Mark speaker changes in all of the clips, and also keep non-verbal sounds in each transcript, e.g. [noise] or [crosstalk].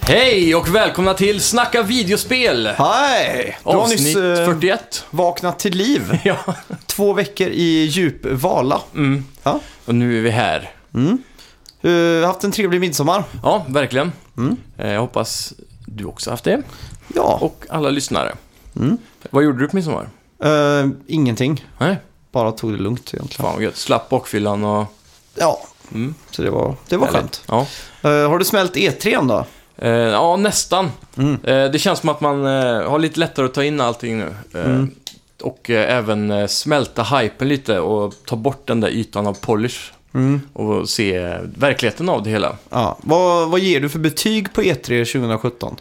Speaker 1: Hej och välkomna till Snacka videospel!
Speaker 2: Hej! Du har nyss
Speaker 1: Avsnitt
Speaker 2: eh, [laughs]
Speaker 1: 41.
Speaker 2: vaknat till
Speaker 1: [laughs]
Speaker 2: liv.
Speaker 1: Ja.
Speaker 2: Två veckor i djup vala.
Speaker 1: Mm.
Speaker 2: Ja.
Speaker 1: Och nu är vi här.
Speaker 2: Eh, haft en trevlig midsommar.
Speaker 1: Ja, verkligen.
Speaker 2: Mm.
Speaker 1: Eh, Jag hoppas du också haft det.
Speaker 2: Ja,
Speaker 1: Och alla lyssnare.
Speaker 2: Mm.
Speaker 1: Vad gjorde du på midsommar?
Speaker 2: eh, ingenting.
Speaker 1: Nej,
Speaker 2: Bara tog det lugnt egentligen.
Speaker 1: fan vad gött. Slapp bakfyllan och...
Speaker 2: Ja,
Speaker 1: Mm.
Speaker 2: så det var, det var skönt.
Speaker 1: Ja.
Speaker 2: Eh, har du smält E3 då?
Speaker 1: Eh, ja, nästan.
Speaker 2: Mm.
Speaker 1: Eh, det känns som att man eh, har lite lättare att ta in allting nu. Eh,
Speaker 2: Mm.
Speaker 1: Och eh, även eh, smälta hypen lite och ta bort den där ytan av polish.
Speaker 2: Mm.
Speaker 1: Och se eh, verkligheten av det hela.
Speaker 2: Ja. Vad, vad ger du för betyg på E E3 2017?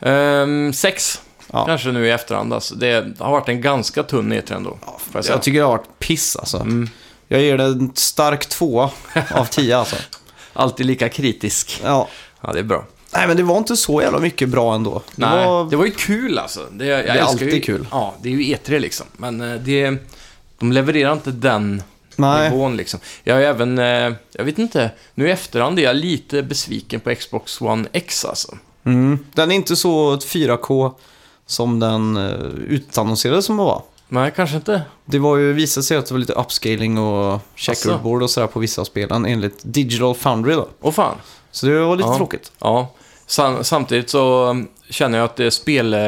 Speaker 1: Ehm, sex,
Speaker 2: Ja.
Speaker 1: kanske nu i efterhand. Alltså. Det har varit en ganska tunn E3 ändå. får jag säga. Mm.
Speaker 2: Jag tycker det har varit piss alltså. Jag ger det en stark tvåa av
Speaker 1: [laughs]
Speaker 2: tio alltså.
Speaker 1: Alltid lika kritisk.
Speaker 2: Ja.
Speaker 1: Ja, det är bra.
Speaker 2: Nej, men det var inte så jävla mycket bra ändå. Det
Speaker 1: Nej,
Speaker 2: var-
Speaker 1: det var ju kul alltså. Det, jag älskar
Speaker 2: alltid
Speaker 1: ju,
Speaker 2: kul.
Speaker 1: Ja, det är ju E3 liksom. Men eh, det, de levererar inte den
Speaker 2: Nej.
Speaker 1: nivån liksom. Jag är även, eh, jag vet inte, nu i efterhand är jag lite besviken på Xbox One X alltså.
Speaker 2: Mm. Den är inte så 4K som den eh, utannonserades som att vara.
Speaker 1: Nej, kanske inte.
Speaker 2: Det var ju, visade sig att det var lite upscaling och checkerboard och sådär på vissa av spelen enligt Digital Foundry då.
Speaker 1: Åh fan.
Speaker 2: Så det var lite
Speaker 1: Ja.
Speaker 2: tråkigt.
Speaker 1: Ja, sam- samtidigt så um, känner jag att det är spel... eh,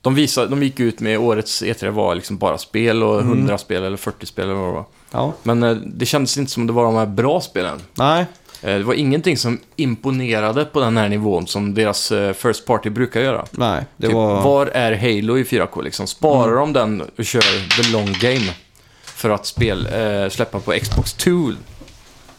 Speaker 1: De, visade, de gick ut med årets E3 var liksom bara spel och 100 spel eller 40 spel eller vad det var.
Speaker 2: Ja.
Speaker 1: Men eh, det kändes inte som det var de här bra spelen.
Speaker 2: Nej,
Speaker 1: Eh, Det var ingenting som imponerade på den här nivån som deras eh, First Party brukar göra.
Speaker 2: nej. Det
Speaker 1: typ,
Speaker 2: var...
Speaker 1: Var är Halo i 4K liksom? Sparar de den och kör the long game för att spel, eh, släppa på Xbox 2?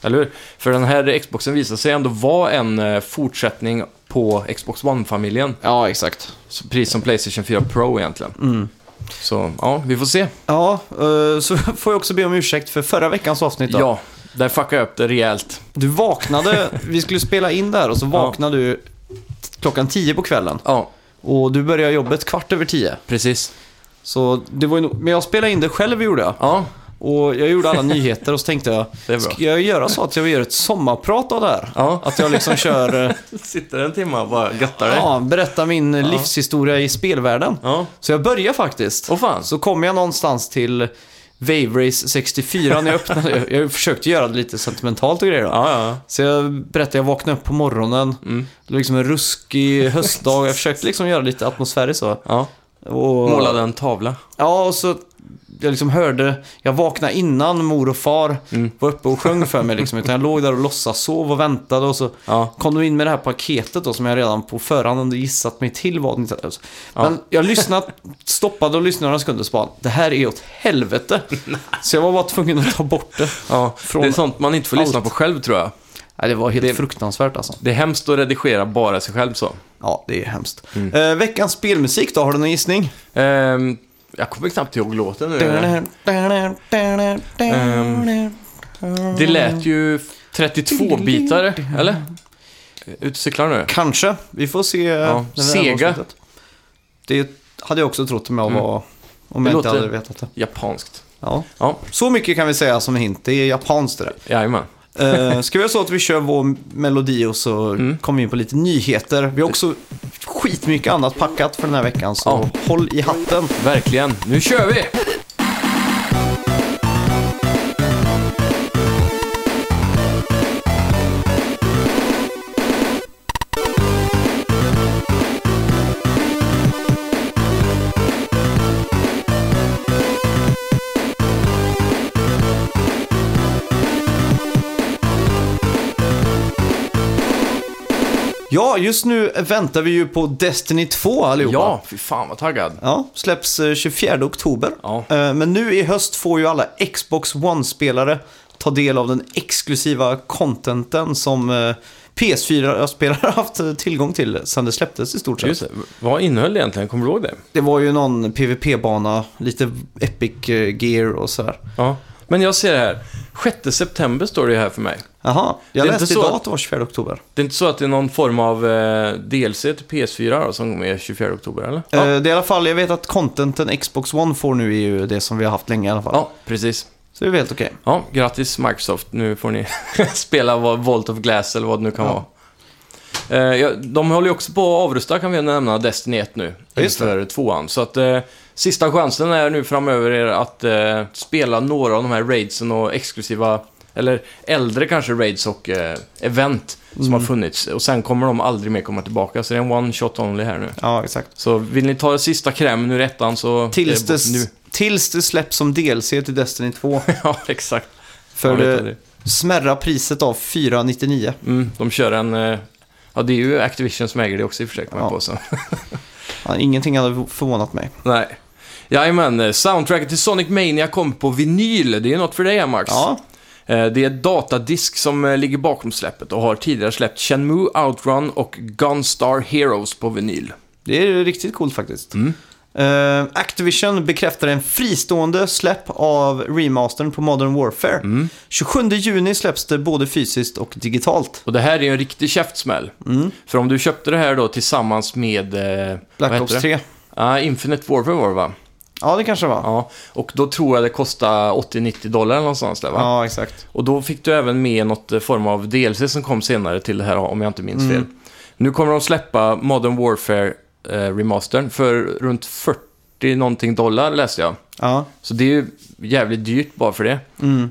Speaker 1: Eller hur? För den här Xboxen visar sig ändå vara en eh, fortsättning på Xbox One-familjen.
Speaker 2: Ja, exakt.
Speaker 1: Så Precis som Playstation 4 Pro egentligen. Så ja, vi får se.
Speaker 2: Ja, eh, så [laughs] får jag också be om ursäkt för förra veckans avsnitt då.
Speaker 1: Ja, där fuckade jag upp det rejält.
Speaker 2: Du vaknade, vi skulle spela in där och så vaknade du klockan 10 på kvällen.
Speaker 1: Ja,
Speaker 2: Och du började jobbet kvart över 10.
Speaker 1: precis.
Speaker 2: Så det var ju... no- Men jag spelade in det själv gjorde jag.
Speaker 1: Ja,
Speaker 2: Och jag gjorde alla nyheter och så tänkte jag,
Speaker 1: Det är bra.
Speaker 2: ska jag göra så att jag gör ett sommarprat av det här?
Speaker 1: ja.
Speaker 2: Att jag liksom kör, eh,
Speaker 1: [laughs] Sitter en timme och bara göttar dig.
Speaker 2: ja, berättar min livshistoria i spelvärlden.
Speaker 1: Ja.
Speaker 2: Så jag börjar faktiskt.
Speaker 1: Åh fan.
Speaker 2: Så kom jag någonstans till Wave Race 64 när jag öppnade. Jag försökte göra det lite sentimentalt och grejer då.
Speaker 1: Ja, ja.
Speaker 2: Så jag berättade, jag vaknade upp på morgonen.
Speaker 1: Mm.
Speaker 2: Det var liksom en ruskig höstdag. Jag försökte liksom göra lite atmosfäriskt så.
Speaker 1: ja.
Speaker 2: Och...
Speaker 1: Målade en tavla.
Speaker 2: Ja, och så jag liksom hörde, jag vaknade innan mor och far var uppe och sjöng för mig liksom. Utan jag låg där och låtsas sov och väntade och så
Speaker 1: Ja.
Speaker 2: kom de in med det här paketet då som jag redan på förhand hade gissat mig till vad ni- alltså. Men jag lyssnade, stoppade och lyssnade några sekunder och så bara, det här är åt [laughs] helvete. så jag var bara tvungen att ta bort det.
Speaker 1: Ja,
Speaker 2: Från
Speaker 1: det är sånt man inte får lyssna
Speaker 2: allt.
Speaker 1: på själv tror jag.
Speaker 2: Nej, det var helt fruktansvärt alltså.
Speaker 1: Det är hemskt att redigera bara sig själv så.
Speaker 2: Ja, det är hemskt. Eh, veckans spelmusik då, har du någon gissning?
Speaker 1: Ehm, jag kommer knappt ihåg låten
Speaker 2: Eh.
Speaker 1: nu.
Speaker 2: Eh.
Speaker 1: Det lät ju 32-bitare, eller? Ute och cyklar nu.
Speaker 2: Kanske. Vi får se. eh, när vi
Speaker 1: Sega. Mm.
Speaker 2: närmar oss slutet. Det hade jag också trott om jag var... Om
Speaker 1: Det
Speaker 2: jag
Speaker 1: låter-
Speaker 2: inte hade vetat det.
Speaker 1: Japanskt.
Speaker 2: Ja.
Speaker 1: Ja,
Speaker 2: Så mycket kan vi säga som en hint. Det är japanskt det där.
Speaker 1: jajamän.
Speaker 2: Eh, ska vi göra så att vi kör vår melodi och så
Speaker 1: Mm.
Speaker 2: kommer vi in på lite nyheter. Vi har också skitmycket annat packat för den här veckan, så
Speaker 1: Ja.
Speaker 2: håll i hatten.
Speaker 1: Verkligen. Nu kör vi!
Speaker 2: Ja, just nu väntar vi ju på Destiny 2 allihopa.
Speaker 1: Ja, fy fan vad taggad.
Speaker 2: Ja, släpps eh, 24 oktober.
Speaker 1: Ja.
Speaker 2: Eh, Men nu i höst får ju alla Xbox One-spelare ta del av den exklusiva contenten som eh, [laughs] PS4-spelare haft eh, tillgång till sedan det släpptes i stort sett.
Speaker 1: Just det. Vad innehöll det egentligen? Kommer du ihåg det?
Speaker 2: Det var ju någon PVP-bana, lite Epic eh, Gear och sådär.
Speaker 1: Ja. Men jag ser det här. 6 september står det ju här för mig.
Speaker 2: Jaha, jag
Speaker 1: Det är
Speaker 2: läste
Speaker 1: inte så
Speaker 2: idag
Speaker 1: att-
Speaker 2: att det var 24 oktober.
Speaker 1: Det är inte så att det är någon form av eh, DLC till PS4 då, som är 24 oktober, eller?
Speaker 2: Eh, Det är i alla fall, jag vet att contenten Xbox One får nu är ju det som vi har haft länge i alla fall.
Speaker 1: Ja, precis.
Speaker 2: Så det är väl helt okej.
Speaker 1: Ja, [laughs] grattis Microsoft. Nu får ni spela vad Vault of Glass eller vad det nu kan vara. Eh, ja, de håller ju också på att avrusta, kan vi nämna, Destiny 1 nu.
Speaker 2: Ja, just det.
Speaker 1: inför tvåan. Så att eh, sista chansen är nu framöver är att eh, spela några av de här raidsen och exklusiva, eller äldre kanske raids och eh, event som
Speaker 2: Mm.
Speaker 1: har funnits. Och sen kommer de aldrig mer komma tillbaka, så det är en one shot only här nu.
Speaker 2: Ja, exakt.
Speaker 1: Så vill ni ta sista krämen ur ettan så...
Speaker 2: Tills
Speaker 1: det är
Speaker 2: det,
Speaker 1: bort nu. [laughs]
Speaker 2: tills det släpps som DLC till Destiny 2.
Speaker 1: ja, exakt.
Speaker 2: För eh,
Speaker 1: Ja,
Speaker 2: det
Speaker 1: vet jag
Speaker 2: smärra priset av 499.
Speaker 1: Mm, de kör en... eh, Ja, det är ju Activision som äger det också i och för sig, kommer jag
Speaker 2: Ja.
Speaker 1: på sen. [laughs]
Speaker 2: Ja, ingenting hade förvånat mig.
Speaker 1: Nej. Jajamän, eh, soundtracket till Sonic Mania kommer på vinyl. Det är ju något för dig, Max.
Speaker 2: Ja,
Speaker 1: Eh, Det är datadisk som eh, ligger bakom släppet och har tidigare släppt Shenmue, Outrun och Gunstar Heroes på vinyl.
Speaker 2: det är ju riktigt coolt faktiskt.
Speaker 1: Mm.
Speaker 2: Eh, Activision bekräftar en fristående släpp av remastern på Modern Warfare.
Speaker 1: Mm.
Speaker 2: 27 juni släpps det både fysiskt och digitalt.
Speaker 1: Och det här är ju en riktig käftsmäll. För om du köpte det här då tillsammans med... eh, vad
Speaker 2: Mm. Black
Speaker 1: heter
Speaker 2: Ops
Speaker 1: det?
Speaker 2: 3.
Speaker 1: Ja, Infinite Warfare var det va?
Speaker 2: Ja, det kanske var. Ja,
Speaker 1: Ja, och då tror jag det kostade 80-90 dollar eller någonstans där va?
Speaker 2: exakt.
Speaker 1: Och då fick du även med något eh, form av DLC som kom senare till det här om jag inte minns
Speaker 2: Mm.
Speaker 1: fel. Nu kommer de släppa Modern Warfare eh, remastern för runt 40 någonting dollar läste jag.
Speaker 2: Ja, mm.
Speaker 1: Så det är ju jävligt dyrt bara för det.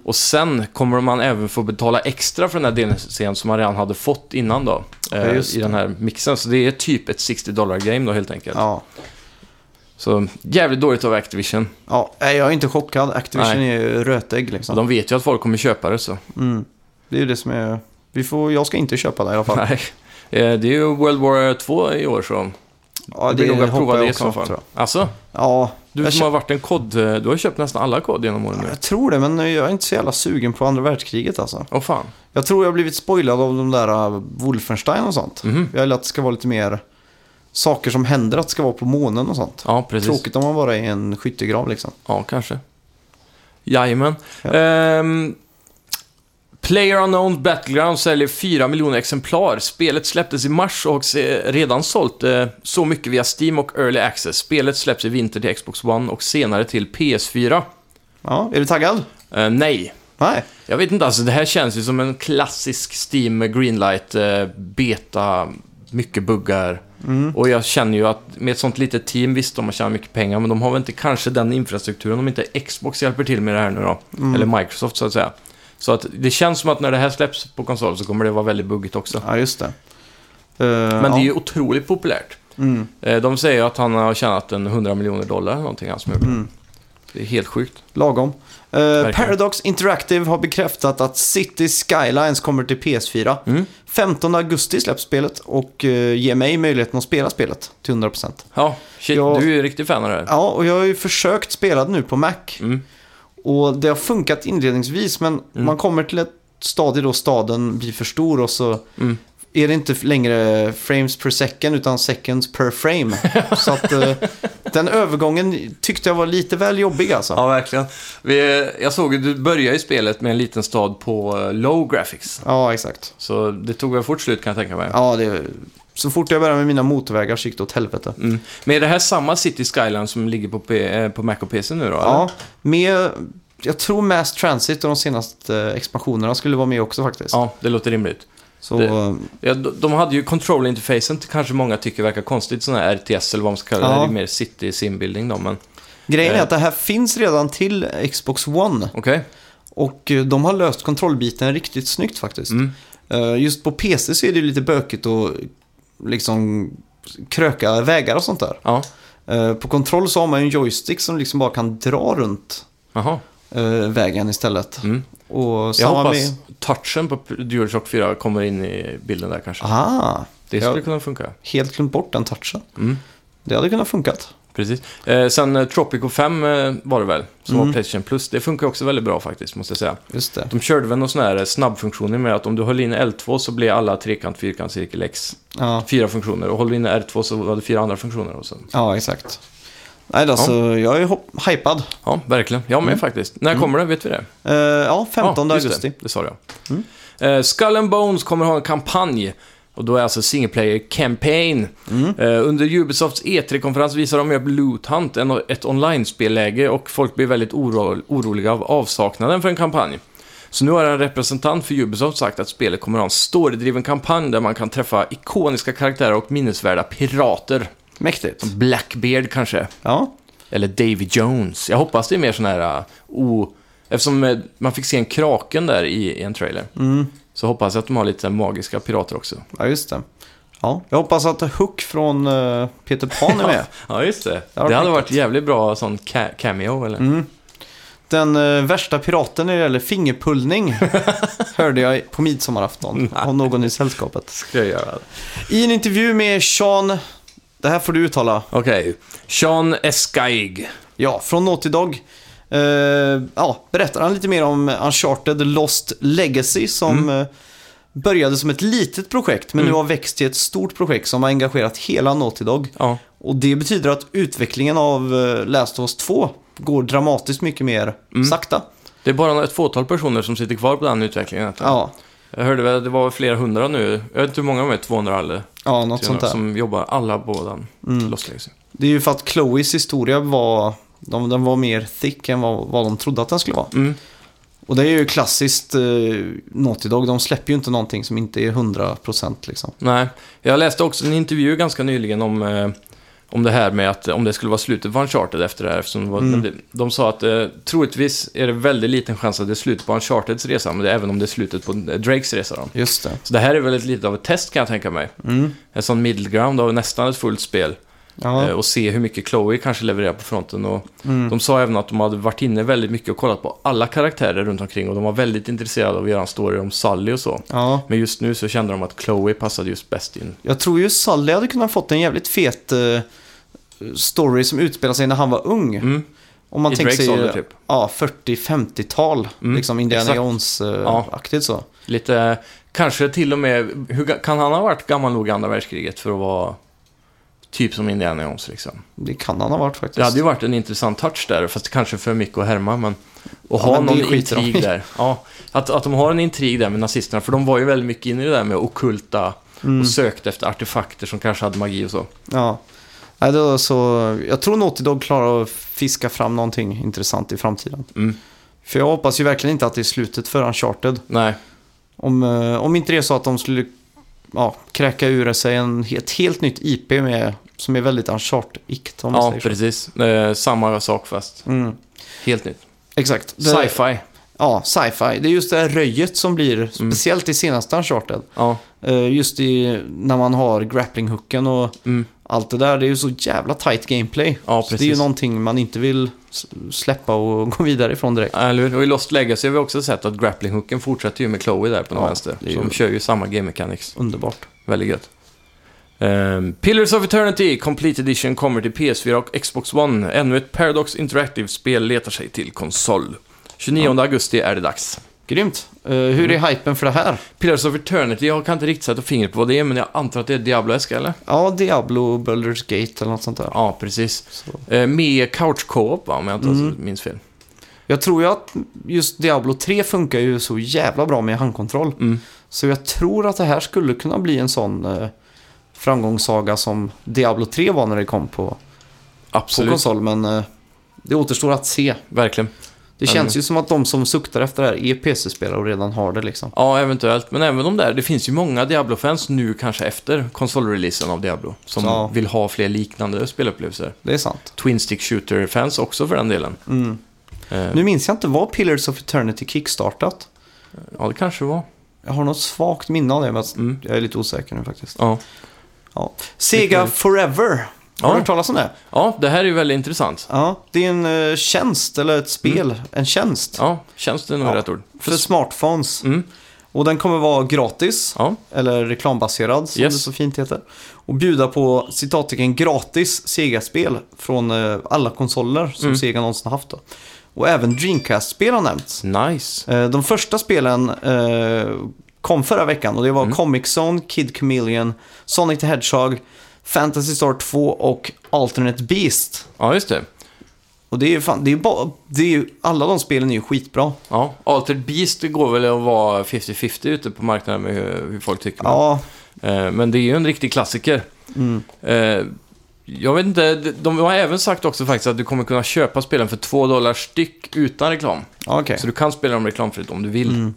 Speaker 1: Och sen kommer man även få betala extra för den här DLCn som man redan hade fått innan då.
Speaker 2: Ja,
Speaker 1: Eh,
Speaker 2: just
Speaker 1: I
Speaker 2: det.
Speaker 1: den här mixen. Så det är typ ett 60 dollar game då helt enkelt.
Speaker 2: ja.
Speaker 1: Så jävligt dåligt av Activision.
Speaker 2: ja. Nej, jag är inte chockad. Activision
Speaker 1: Nej.
Speaker 2: är ju rötägg
Speaker 1: Och
Speaker 2: liksom.
Speaker 1: de vet ju att folk kommer köpa det så.
Speaker 2: Mm. Det är ju det som är... Vi får... Jag ska inte köpa det i alla fall.
Speaker 1: [laughs] Nej. Eh, Det är ju World War 2 i år så.
Speaker 2: Ja,
Speaker 1: det blir nog att
Speaker 2: hoppar
Speaker 1: prova
Speaker 2: jag
Speaker 1: det i
Speaker 2: också
Speaker 1: så
Speaker 2: av,
Speaker 1: fall.
Speaker 2: tror jag.
Speaker 1: Alltså,
Speaker 2: Ja,
Speaker 1: du
Speaker 2: jag,
Speaker 1: som
Speaker 2: kö-
Speaker 1: har varit en kod, eh, du har köpt nästan alla kod genom åren nu.
Speaker 2: jag tror det, men jag är inte så jävla sugen på andra världskriget alltså.
Speaker 1: Åh fan.
Speaker 2: Jag tror jag har blivit spoilad av de där äh, Wolfenstein och sånt.
Speaker 1: Mhm.
Speaker 2: Jag vill att det ska vara lite mer saker som händer, att det ska vara på månen och sånt.
Speaker 1: Ja, precis.
Speaker 2: Tråkigt om man bara är i en skyttegrav liksom.
Speaker 1: Ja, kanske. Jajamän.
Speaker 2: Ja.
Speaker 1: Ehm, Player Unknown Battleground säljer 4 miljoner exemplar. Spelet släpptes i mars och har se- redan sålt eh, så mycket via Steam och Early Access. Spelet släpps i vinter till Xbox One och senare till PS4.
Speaker 2: Ja, är du taggad?
Speaker 1: Eh, nej.
Speaker 2: Nej.
Speaker 1: Jag vet inte, alltså det här känns ju som en klassisk Steam Greenlight eh, beta, mycket buggar.
Speaker 2: Mm.
Speaker 1: Och jag känner ju att med ett sånt litet team, visst de har tjänat mycket pengar, men de har väl inte kanske den infrastrukturen om inte Xbox hjälper till med det här nu då.
Speaker 2: Mm.
Speaker 1: Eller Microsoft så att säga. Så att det känns som att när det här släpps på konsol så kommer det vara väldigt buggigt också.
Speaker 2: Ja, just det. Eh,
Speaker 1: Men det är ju otroligt populärt.
Speaker 2: Mm.
Speaker 1: Eh, De säger ju att han har tjänat en 100 miljoner dollar eller någonting, han som gjorde det.
Speaker 2: Mm.
Speaker 1: Det är helt sjukt.
Speaker 2: Lagom. Eh,
Speaker 1: Verkligen.
Speaker 2: Paradox Interactive har bekräftat att City Skylines kommer till PS4. 15 augusti släpps spelet och eh, ger mig möjligheten att spela spelet till 100%.
Speaker 1: Ja, shit,
Speaker 2: Ja.
Speaker 1: du är ju riktig fan av det här.
Speaker 2: Ja, och jag har ju försökt spela det nu på Mac.
Speaker 1: Mm.
Speaker 2: Och det har funkat inledningsvis, men man kommer till ett stadie då staden blir för stor och så
Speaker 1: Mm.
Speaker 2: är det inte längre frames per second utan seconds
Speaker 1: [laughs]
Speaker 2: per frame. så att eh, den övergången tyckte jag var lite väl jobbig alltså.
Speaker 1: Ja, verkligen. Vi, jag såg att du började ju spelet med en liten stad på eh, low graphics.
Speaker 2: Ja, exakt.
Speaker 1: Så det tog väl fort slut kan jag tänka mig.
Speaker 2: Ja, det, så fort jag började med mina motorvägar så gick det åt helvete.
Speaker 1: Mm. Men är det här samma City Skyline som ligger på, P- eh, på Mac och PC nu då? eller?
Speaker 2: Ja, med, jag tror Mass Transit och de senaste eh, expansionerna skulle vara med också faktiskt.
Speaker 1: ja, det låter rimligt.
Speaker 2: så, eh,
Speaker 1: det- Ja, d- de hade ju control-interfacen, till- kanske många tycker verkar konstigt, sån här RTS eller vad man ska kalla det.
Speaker 2: Ja.
Speaker 1: Det är mer city simbuilding då, men
Speaker 2: Grejen är
Speaker 1: Eh.
Speaker 2: att det här finns redan till Xbox One
Speaker 1: okej.
Speaker 2: och eh, de har löst kontrollbiten riktigt snyggt faktiskt.
Speaker 1: Mm.
Speaker 2: Eh, Just på PC så är det ju lite bökigt att liksom kröka vägar och sånt där.
Speaker 1: Ja,
Speaker 2: Eh, På kontroll så har man ju en joystick som liksom bara kan dra runt
Speaker 1: jaha.
Speaker 2: eh, vägen istället.
Speaker 1: Mm.
Speaker 2: Och
Speaker 1: Jag
Speaker 2: samma
Speaker 1: hoppas
Speaker 2: med...
Speaker 1: touchen på P- DualShock 4 kommer in i bilden där kanske.
Speaker 2: Ah,
Speaker 1: det
Speaker 2: jag
Speaker 1: skulle
Speaker 2: har
Speaker 1: kunna funka.
Speaker 2: helt glömt bort den touchen.
Speaker 1: Mm.
Speaker 2: Det hade kunnat funkat.
Speaker 1: Precis. Eh, sen eh, Tropico 5 eh, var det väl, som var
Speaker 2: Mm.
Speaker 1: Playstation Plus. Det funkar också väldigt bra faktiskt, måste jag säga.
Speaker 2: Just det.
Speaker 1: De körde väl någon sån här eh, snabbfunktioner med att om du höll in L2 så blev alla trekant, fyrkant, cirkel, X.
Speaker 2: Ja,
Speaker 1: Fyra funktioner. Och höll du in R2 så var det fyra andra funktioner. Och så.
Speaker 2: ja exakt. Nej, alltså, jag är hopp- hypad.
Speaker 1: Ja, verkligen. Jag
Speaker 2: Mm.
Speaker 1: med faktiskt. När kommer det? Vet vi det?
Speaker 2: Eh, ja, 15
Speaker 1: ja, just
Speaker 2: augusti.
Speaker 1: Det, det sa jag. Eh, Skull and Bones kommer ha en kampanj. Och då är alltså single player campaign. Eh, under Ubisofts E3-konferens visar de upp Loot Hunt, en, ett online-spelläge och folk blir väldigt oro, oroliga av avsaknaden för en kampanj. Så nu har en representant för Ubisoft sagt att spelet kommer att ha en storydriven kampanj där man kan träffa ikoniska karaktärer och minnesvärda pirater.
Speaker 2: Mäktigt.
Speaker 1: Blackbeard kanske,
Speaker 2: Ja.
Speaker 1: eller Davy Jones. Jag hoppas det är mer sån här... Oh, eftersom eh, man fick se en kraken där i, i en trailer. Så hoppas jag att de har lite magiska pirater också.
Speaker 2: ja, just det. Ja. Jag hoppas att Hook från eh, Peter Pan
Speaker 1: [laughs]
Speaker 2: är med.
Speaker 1: Ja, Mm. just det. Det
Speaker 2: varit
Speaker 1: hade varit
Speaker 2: mäktigt.
Speaker 1: jävligt bra sån ca- cameo, eller?
Speaker 2: Den eh, värsta piraten när det gäller fingerpullning hörde jag på midsommarafton av någon i sällskapet.
Speaker 1: Ska jag göra.
Speaker 2: I en intervju med Sean, det här får du uttala,
Speaker 1: Okej. Sean Eskaig.
Speaker 2: ja, från Naughty Dog. Eh, ja, berättar han lite mer om Uncharted Lost Legacy som eh, började som ett litet projekt men nu har växt till ett stort projekt som har engagerat hela Naughty Dog.
Speaker 1: Ja.
Speaker 2: Och det betyder att utvecklingen av eh, Last of Us 2 går dramatiskt mycket mer
Speaker 1: Mm.
Speaker 2: sakta.
Speaker 1: Det är bara ett fåtal personer som sitter kvar på den utvecklingen.
Speaker 2: Ja,
Speaker 1: Jag hörde väl, det var flera hundra nu. Jag vet inte hur många de är, 200 eller
Speaker 2: ja något
Speaker 1: 300,
Speaker 2: sånt där.
Speaker 1: som jobbar alla på den. Lost Legacy.
Speaker 2: Det är ju för att Chloes historia var, de, den var mer thick än vad, vad de trodde att den skulle vara.
Speaker 1: Mm.
Speaker 2: Och det är ju klassiskt eh, Naughty Dog, de släpper ju inte någonting som inte är 100% liksom.
Speaker 1: Nej, jag läste också en intervju ganska nyligen om, eh, om det här med att eh, om det skulle vara slutet på Uncharted efter det här. Eftersom det var,
Speaker 2: Mm.
Speaker 1: de, de sa att eh, troligtvis är det väldigt liten chans att det är slutet på Uncharteds resa, men det, även om det är slutet på eh, Drakes resa. Då.
Speaker 2: Just det.
Speaker 1: Så det här är väl ett lite av ett test kan jag tänka mig.
Speaker 2: Mm.
Speaker 1: En sån middle ground av nästan ett fullt spel.
Speaker 2: Ja. Mm.
Speaker 1: Eh, och se hur mycket Chloe kanske levererar på fronten. Och De sa även att de hade varit inne väldigt mycket och kollat på alla karaktärer runt omkring och de var väldigt intresserade av att göra en story om Sally och så.
Speaker 2: ja.
Speaker 1: Men just nu så kände de att Chloe passade just bäst in.
Speaker 2: Jag tror ju Sully hade kunnat fått en jävligt fet eh, story som utspelar sig när han var ung.
Speaker 1: Mm.
Speaker 2: Om man
Speaker 1: I
Speaker 2: tänker
Speaker 1: Drakes
Speaker 2: sig
Speaker 1: ålder, typ.
Speaker 2: ja, 40-50-tal,
Speaker 1: Mm,
Speaker 2: liksom Indiana
Speaker 1: exakt. Ja.
Speaker 2: Jones-aktigt så.
Speaker 1: Lite, kanske till och med, hur, ga- kan han ha varit gammal nog i andra världskriget för att vara typ som Indiana Jones liksom?
Speaker 2: Det kan han ha varit faktiskt.
Speaker 1: Det hade ju varit en intressant touch där, fast kanske för mycket att härma, men och
Speaker 2: Ja,
Speaker 1: ha
Speaker 2: men det
Speaker 1: någon
Speaker 2: skiter de i.
Speaker 1: intrig
Speaker 2: [laughs]
Speaker 1: där. Ja, att, att de har en intrig där med nazisterna, för de var ju väldigt mycket inne i det där med okulta
Speaker 2: Mm.
Speaker 1: och sökte efter artefakter som kanske hade magi och så.
Speaker 2: Ja. Nej, det var så... Jag tror Naughty Dog klarar att fiska fram någonting intressant i framtiden.
Speaker 1: Mm.
Speaker 2: För jag hoppas ju verkligen inte att det är slutet för Uncharted.
Speaker 1: Nej,
Speaker 2: Om, eh, om inte det är så att de skulle ja, kräka ur sig en, ett helt nytt IP med, som är väldigt Uncharted-igt. Om man
Speaker 1: ja
Speaker 2: säger så.
Speaker 1: precis. Eh, samma sak fast
Speaker 2: Mm,
Speaker 1: helt nytt.
Speaker 2: exakt. Det,
Speaker 1: Sci-fi. Mm.
Speaker 2: ja, sci-fi. Det är just det här röjet som blir, speciellt i senaste Uncharted.
Speaker 1: Ja,
Speaker 2: Eh, Just i, när man har grapplinghooken och
Speaker 1: mm.
Speaker 2: allt det där. Det är ju så jävla tight gameplay.
Speaker 1: ja
Speaker 2: Så det är ju
Speaker 1: precis.
Speaker 2: någonting man inte vill s- släppa och [laughs] gå vidare ifrån direkt.
Speaker 1: Eller hur? Och i Lost Legacy har vi också sett att grapplinghooken fortsätter ju med Chloe där på den
Speaker 2: Ja,
Speaker 1: vänster.
Speaker 2: det är
Speaker 1: Så de
Speaker 2: ju-
Speaker 1: kör ju samma game mechanics.
Speaker 2: Underbart.
Speaker 1: Väldigt gött. Ehm, Pillars of Eternity Complete Edition kommer till PS4 och Xbox One. Ännu ett Paradox Interactive-spel letar sig till konsol. 29 augusti är det dags.
Speaker 2: Grymt. Eh, hur är hypen för det här?
Speaker 1: Pillars of Eternity, jag kan inte riktigt sätta fingret på vad det är, men jag antar att det är Diablo-esk, eller?
Speaker 2: Ja, Diablo, Baldur's Gate eller något sånt där.
Speaker 1: Ja, precis.
Speaker 2: Så.
Speaker 1: Eh, Med Couch Co-op, va, om jag inte
Speaker 2: Mm.
Speaker 1: minns fel.
Speaker 2: Jag tror ju att just Diablo 3 funkar ju så jävla bra med handkontroll.
Speaker 1: Mm.
Speaker 2: Så jag tror att det här skulle kunna bli en sån eh, framgångssaga som Diablo 3 var när det kom på, på
Speaker 1: Absolut,
Speaker 2: konsol. Men eh, det återstår att se.
Speaker 1: verkligen.
Speaker 2: Det
Speaker 1: Men-
Speaker 2: känns ju som att de som suktar efter det här är PC-spelare och redan har det liksom.
Speaker 1: Ja, eventuellt. Men även om det är, det finns ju många Diablo-fans nu kanske efter konsolreleasen av Diablo. Som
Speaker 2: Ja.
Speaker 1: vill ha fler liknande spelupplevelser.
Speaker 2: Det är sant.
Speaker 1: Twin Stick Shooter-fans också för den delen.
Speaker 2: Mm.
Speaker 1: Eh,
Speaker 2: Nu minns jag inte, var Pillars of Eternity kickstartat?
Speaker 1: Ja, det kanske var.
Speaker 2: Jag har något svagt minne av det, men
Speaker 1: Mm.
Speaker 2: jag är lite osäker nu faktiskt.
Speaker 1: Ja.
Speaker 2: Ja. Sega Forever.
Speaker 1: Ja.
Speaker 2: Har du hört talas om det?
Speaker 1: ja, det här är ju väldigt intressant.
Speaker 2: Ja, det är en uh, tjänst, eller ett spel, en tjänst
Speaker 1: Mm. Ja, känns det nog
Speaker 2: Ja.
Speaker 1: rätt ord.
Speaker 2: för smartphones.
Speaker 1: Mm.
Speaker 2: Och den kommer vara gratis,
Speaker 1: Ja,
Speaker 2: eller reklambaserad som
Speaker 1: Yes.
Speaker 2: det så fint heter. Och bjuda på citattecken gratis Sega-spel från eh, alla konsoler som
Speaker 1: Mm.
Speaker 2: Sega någonsin har haft. Då. Och även Dreamcast-spel har nämnts.
Speaker 1: nice.
Speaker 2: Eh, De första spelen eh, kom förra veckan och det var
Speaker 1: Mm.
Speaker 2: Comic Zone, Kid Chameleon, Sonic the Hedgehog, Fantasy Star 2 och Alternate Beast.
Speaker 1: Ja, just det.
Speaker 2: Och det är ju fan, det är ju bara, det är ju, alla de spelen är ju skitbra.
Speaker 1: Ja, Altered Beast det går väl att vara 50-50 ute på marknaden med hur, hur folk tycker.
Speaker 2: Ja, Mm.
Speaker 1: Eh, Men det är ju en riktig klassiker. Eh, Jag vet inte, de har även sagt också faktiskt att du kommer kunna köpa spelen för 2 dollar styck utan reklam.
Speaker 2: Ja, okej. Mm.
Speaker 1: Så du kan spela dem reklamfritt om du vill.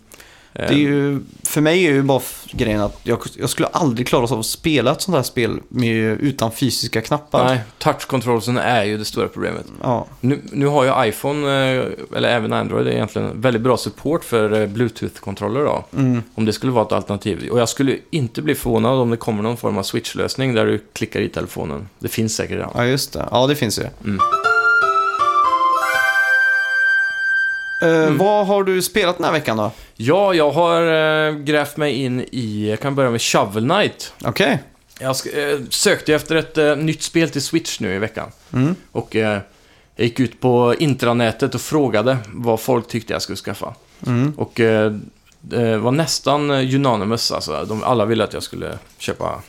Speaker 1: Eh,
Speaker 2: Det är ju, för mig är ju bara f- grejen att jag, jag skulle aldrig klara av att spela ett sånt här spel med, utan fysiska knappar.
Speaker 1: Nej, touchkontrollen är ju det stora problemet.
Speaker 2: Ja,
Speaker 1: Nu, nu har ju iPhone, eh, eller även Android egentligen, väldigt bra support för eh, Bluetooth-kontroller då.
Speaker 2: mm.
Speaker 1: Om det skulle vara ett alternativ. Och jag skulle inte bli förvånad om det kommer någon form av switchlösning där du klickar i telefonen. Det finns säkert redan.
Speaker 2: ja just det. Ja, det finns ju.
Speaker 1: Mm.
Speaker 2: Eh,
Speaker 1: Mm.
Speaker 2: Vad har du spelat den här veckan då?
Speaker 1: Ja, jag har eh, grävt mig in i, jag kan börja med Shovel Knight.
Speaker 2: Okej.
Speaker 1: Jag sk- eh, sökte efter ett eh, nytt spel till Switch nu i veckan.
Speaker 2: Mm.
Speaker 1: Och eh, jag gick ut på intranätet och frågade vad folk tyckte jag skulle skaffa.
Speaker 2: Mm.
Speaker 1: Och eh, det var nästan eh, unanimous, alltså. De, alla ville att jag skulle köpa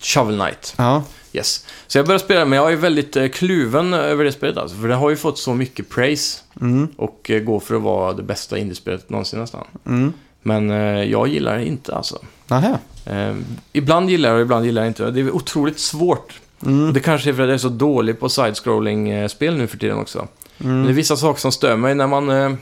Speaker 1: Shovel Knight.
Speaker 2: Ja.
Speaker 1: Yes. Så jag började spela, men jag är väldigt eh, kluven över det spelet alltså, För det har ju fått så mycket praise
Speaker 2: Mm.
Speaker 1: och eh, går för att vara det bästa indiespelet någonsin nästan.
Speaker 2: Mm.
Speaker 1: Men eh, jag gillar det inte alltså.
Speaker 2: Nähä.
Speaker 1: Eh, ibland gillar jag det, ibland gillar jag inte. Det är otroligt svårt. Och
Speaker 2: Mm.
Speaker 1: Det kanske är för att jag är så dålig på side-scrolling-spel nu för tiden också.
Speaker 2: Mm.
Speaker 1: Men det är vissa saker som stör mig när man... eh,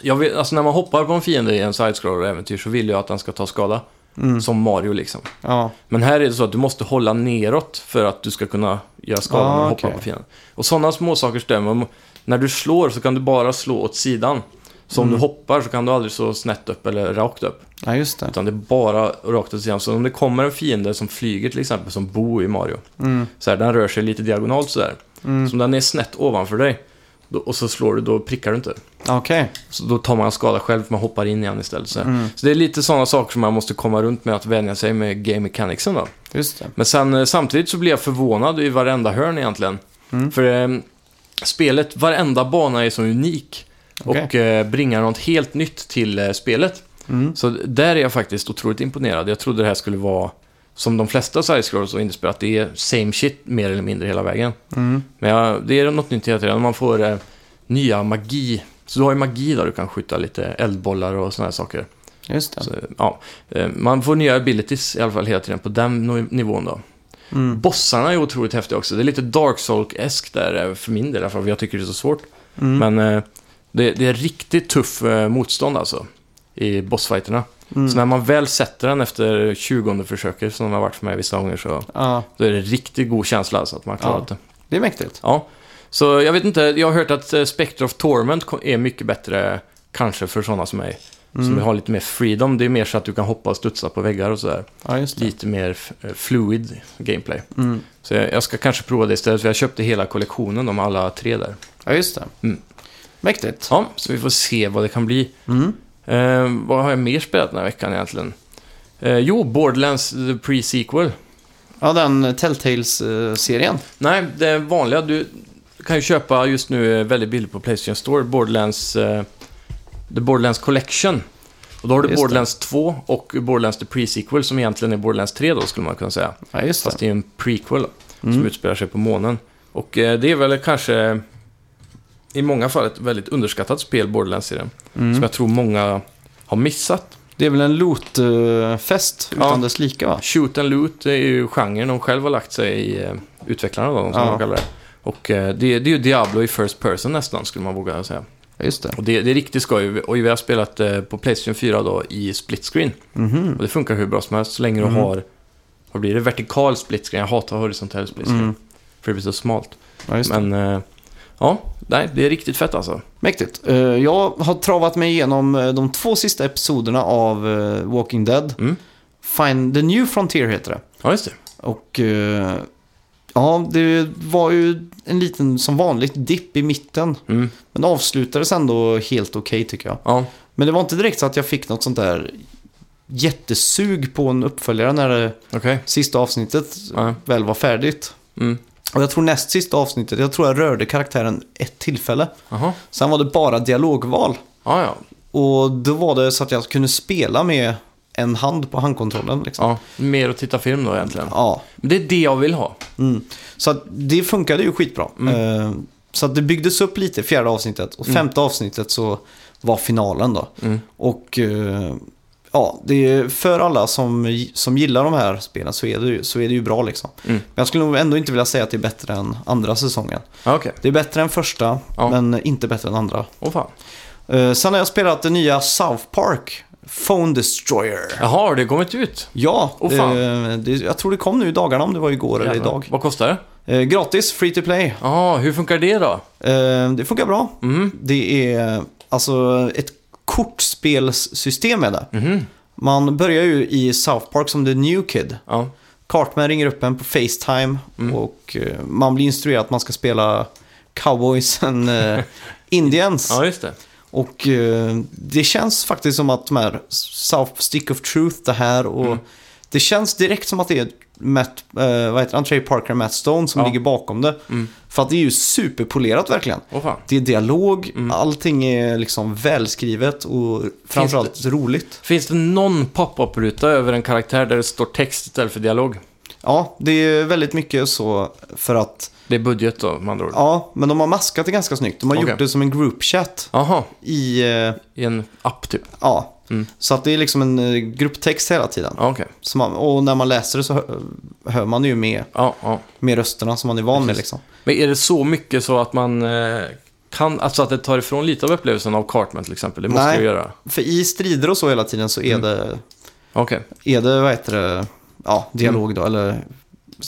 Speaker 1: Jag vill, alltså när man hoppar på en fiende i en side-scroller-äventyr så vill jag att den ska ta skada.
Speaker 2: Mm.
Speaker 1: Som Mario liksom.
Speaker 2: Ja.
Speaker 1: Men här är det så att du måste hålla neråt för att du ska kunna göra skada när du
Speaker 2: Ah,
Speaker 1: hoppar
Speaker 2: okej.
Speaker 1: på fienden. Och sådana små saker stör mig. När du slår så kan du bara slå åt sidan. Så om
Speaker 2: Mm.
Speaker 1: du hoppar så kan du aldrig slå snett upp eller rakt upp.
Speaker 2: ja, just det.
Speaker 1: Utan det är bara rakt åt sidan. Så om det kommer en fiende som flyger till exempel, som Bo i Mario.
Speaker 2: Mm.
Speaker 1: Så här, den rör sig lite diagonalt sådär.
Speaker 2: Mm.
Speaker 1: Så om den är snett ovanför dig då, och så slår du, då prickar du inte.
Speaker 2: Okej.
Speaker 1: Så då tar man skada själv för man hoppar in igen istället. Så, här.
Speaker 2: Mm.
Speaker 1: så det är lite sådana saker som man måste komma runt med att vänja sig med game mechanicsen då.
Speaker 2: Just det.
Speaker 1: Men sen eh, samtidigt så blir jag förvånad i varenda hörn egentligen.
Speaker 2: Mm.
Speaker 1: För eh, spelet, varenda bana är så unik.
Speaker 2: Okej.
Speaker 1: Och eh, bringar något helt nytt till eh, spelet.
Speaker 2: Mm.
Speaker 1: Så där är jag faktiskt otroligt imponerad. Jag trodde det här skulle vara, som de flesta side-scrollers och indiespel, att det är same shit mer eller mindre hela vägen.
Speaker 2: Mm.
Speaker 1: Men jag, det är något nytt hela tiden. Man får eh, nya magi. Så du har ju magi där du kan skjuta lite eldbollar och sådana här saker.
Speaker 2: Just det.
Speaker 1: Så, ja. Eh, Man får nya abilities i alla fall hela tiden på den no- nivån då.
Speaker 2: Mm.
Speaker 1: Bossarna är otroligt häftiga också. Det är lite Dark Souls-esk där eh, för min del i alla fall, för jag tycker det är så svårt.
Speaker 2: Mm.
Speaker 1: Men eh, det, det är riktigt tuff eh, motstånd alltså i bossfighterna.
Speaker 2: Mm.
Speaker 1: Så när man väl sätter den efter 20 försöket, som det har varit för mig vissa gånger, så
Speaker 2: Ja,
Speaker 1: då är det riktigt god känsla alltså att man har klarat
Speaker 2: Ja.
Speaker 1: det.
Speaker 2: det är mäktigt.
Speaker 1: Ja, så jag vet inte. Jag har hört att eh, Spectre of Torment ko- är mycket bättre kanske för sådana som mig. Som
Speaker 2: Mm.
Speaker 1: har lite mer freedom. Det är mer så att du kan hoppa och studsa på väggar och sådär.
Speaker 2: Ja, just det.
Speaker 1: Lite mer f- eh, fluid gameplay.
Speaker 2: Mm.
Speaker 1: Så jag, jag ska kanske prova det istället för jag köpte hela kollektionen, de alla tre där.
Speaker 2: Ja, just det.
Speaker 1: Mm.
Speaker 2: Mäktigt.
Speaker 1: Ja, så vi får se vad det kan bli.
Speaker 2: Mm.
Speaker 1: Eh, vad har jag mer spelat den här veckan egentligen? Eh, jo, Borderlands The Pre-Sequel.
Speaker 2: Ja, den eh, Telltales-serien.
Speaker 1: Nej, det vanliga. Du kan ju köpa just nu eh, väldigt billigt på Playstation Store, Borderlands, eh, The Borderlands Collection. Och då har du
Speaker 2: Just det.
Speaker 1: Borderlands 2 och Borderlands The Pre-Sequel som egentligen är Borderlands 3 då skulle man kunna säga.
Speaker 2: Ja, just
Speaker 1: Fast
Speaker 2: det.
Speaker 1: det är en prequel då, som
Speaker 2: Mm.
Speaker 1: utspelar sig på månen. Och eh, det är väl kanske i många fall ett väldigt underskattat spel, Borderlands-serien. Som
Speaker 2: Mm.
Speaker 1: jag tror många har missat.
Speaker 2: Det är väl en loot-fest
Speaker 1: Ja.
Speaker 2: utan dess like, va?
Speaker 1: Shoot and loot är ju genren de själv har lagt sig i, eh, utvecklarna då, som
Speaker 2: Ja.
Speaker 1: de kallar det. Och eh, det, det är ju Diablo i first person nästan, skulle man våga säga.
Speaker 2: Ja, just det.
Speaker 1: Och det, det är riktigt skoj. Och vi har spelat eh, på Playstation 4 då i split screen.
Speaker 2: Mhm.
Speaker 1: Och det funkar hur bra som helst, så länge du
Speaker 2: Mm.
Speaker 1: har, vad blir det, vertikal split screen. Jag hatar horisontell split screen,
Speaker 2: Mm.
Speaker 1: för det blir så smalt.
Speaker 2: Ja, just det.
Speaker 1: Men, eh, ja, nej, det är riktigt fett alltså.
Speaker 2: Mäktigt. Eh, Jag har travat mig igenom eh, de två sista episoderna av eh, Walking Dead.
Speaker 1: Mm.
Speaker 2: Find the New Frontier heter det.
Speaker 1: Ja, just det.
Speaker 2: Och eh, ja, det var ju en liten, som vanligt, dipp i mitten.
Speaker 1: Mm.
Speaker 2: Men avslutades ändå helt okej tycker jag.
Speaker 1: Ja,
Speaker 2: Men det var inte direkt så att jag fick något sånt där jättesug på en uppföljare när det
Speaker 1: okej.
Speaker 2: sista avsnittet
Speaker 1: Ja.
Speaker 2: väl var färdigt.
Speaker 1: Mm.
Speaker 2: Och jag tror näst sista avsnittet, jag tror jag rörde karaktären ett tillfälle.
Speaker 1: Aha.
Speaker 2: Sen var det bara dialogval.
Speaker 1: Ja, ja.
Speaker 2: Och då var det så att jag kunde spela med en hand på handkontrollen. Liksom.
Speaker 1: ja. Mer att titta film då egentligen.
Speaker 2: Ja.
Speaker 1: Men det är det jag vill ha.
Speaker 2: Mm. Så att det funkade ju skitbra. Eh, Så att det byggdes upp lite, fjärde avsnittet. Och femte avsnittet så var finalen då.
Speaker 1: Mm.
Speaker 2: Och eh, ja, det är för alla som, som gillar de här spelen så är det, ju- så är det ju bra liksom.
Speaker 1: Mm.
Speaker 2: Men jag skulle nog ändå inte vilja säga att det är bättre än andra säsongen.
Speaker 1: Ja, Okej,
Speaker 2: Det är bättre än första,
Speaker 1: Ja.
Speaker 2: men inte bättre än andra.
Speaker 1: åh fan.
Speaker 2: Eh, sen har jag spelat det nya South Park, Phone Destroyer.
Speaker 1: Jaha, har det kommit ut?
Speaker 2: Ja,
Speaker 1: Åh, fan.
Speaker 2: eh, det, jag tror det kom nu i dagarna om det var igår eller
Speaker 1: Jävlar.
Speaker 2: idag.
Speaker 1: Vad kostar det?
Speaker 2: Eh, gratis, free to play.
Speaker 1: Jaha, hur funkar det då?
Speaker 2: Eh, det funkar bra.
Speaker 1: Mm.
Speaker 2: Det är alltså ett kortspelssystem är det.
Speaker 1: Mhm.
Speaker 2: Man börjar ju i South Park som the new kid.
Speaker 1: Ja.
Speaker 2: Cartman ringer upp en på Facetime
Speaker 1: Mm.
Speaker 2: och eh, man blir instruerad att man ska spela cowboys
Speaker 1: [laughs]
Speaker 2: and eh, indians.
Speaker 1: ja, just det.
Speaker 2: Och eh, det känns faktiskt som att de här South Stick of Truth, det här och
Speaker 1: Mm.
Speaker 2: det känns direkt som att det är Matt, eh, vad heter han, Trey Parker och Matt Stone som
Speaker 1: Ja. Mm.
Speaker 2: ligger bakom det. För att det är ju superpolerat verkligen.
Speaker 1: Åh fan.
Speaker 2: Det är dialog,
Speaker 1: Mm.
Speaker 2: allting är liksom välskrivet och framförallt roligt.
Speaker 1: Finns det någon pop-up-ruta över en karaktär där det står text istället för dialog?
Speaker 2: Ja, det är väldigt mycket så för att,
Speaker 1: Det är budget då, med andra ord.
Speaker 2: ja, men de har maskat det ganska snyggt. De har
Speaker 1: Okej.
Speaker 2: gjort det som en group chat
Speaker 1: Jaha,
Speaker 2: i, eh,
Speaker 1: i en app typ.
Speaker 2: ja.
Speaker 1: Mm.
Speaker 2: Så att det är liksom en eh, grupptext hela tiden.
Speaker 1: Ja, okej.
Speaker 2: Så man, och när man läser det så hör, hör man ju med,
Speaker 1: Ja, ja.
Speaker 2: med rösterna som man är van med.
Speaker 1: Precis.
Speaker 2: Liksom.
Speaker 1: Men är det så mycket så att man eh, kan, alltså att det tar ifrån lite av upplevelsen av Cartman till exempel? Det måste
Speaker 2: Nej.
Speaker 1: det ju göra.
Speaker 2: För i strider och så hela tiden så
Speaker 1: Mm.
Speaker 2: är det,
Speaker 1: Okej.
Speaker 2: är det vad heter det, ja, dialog då, eller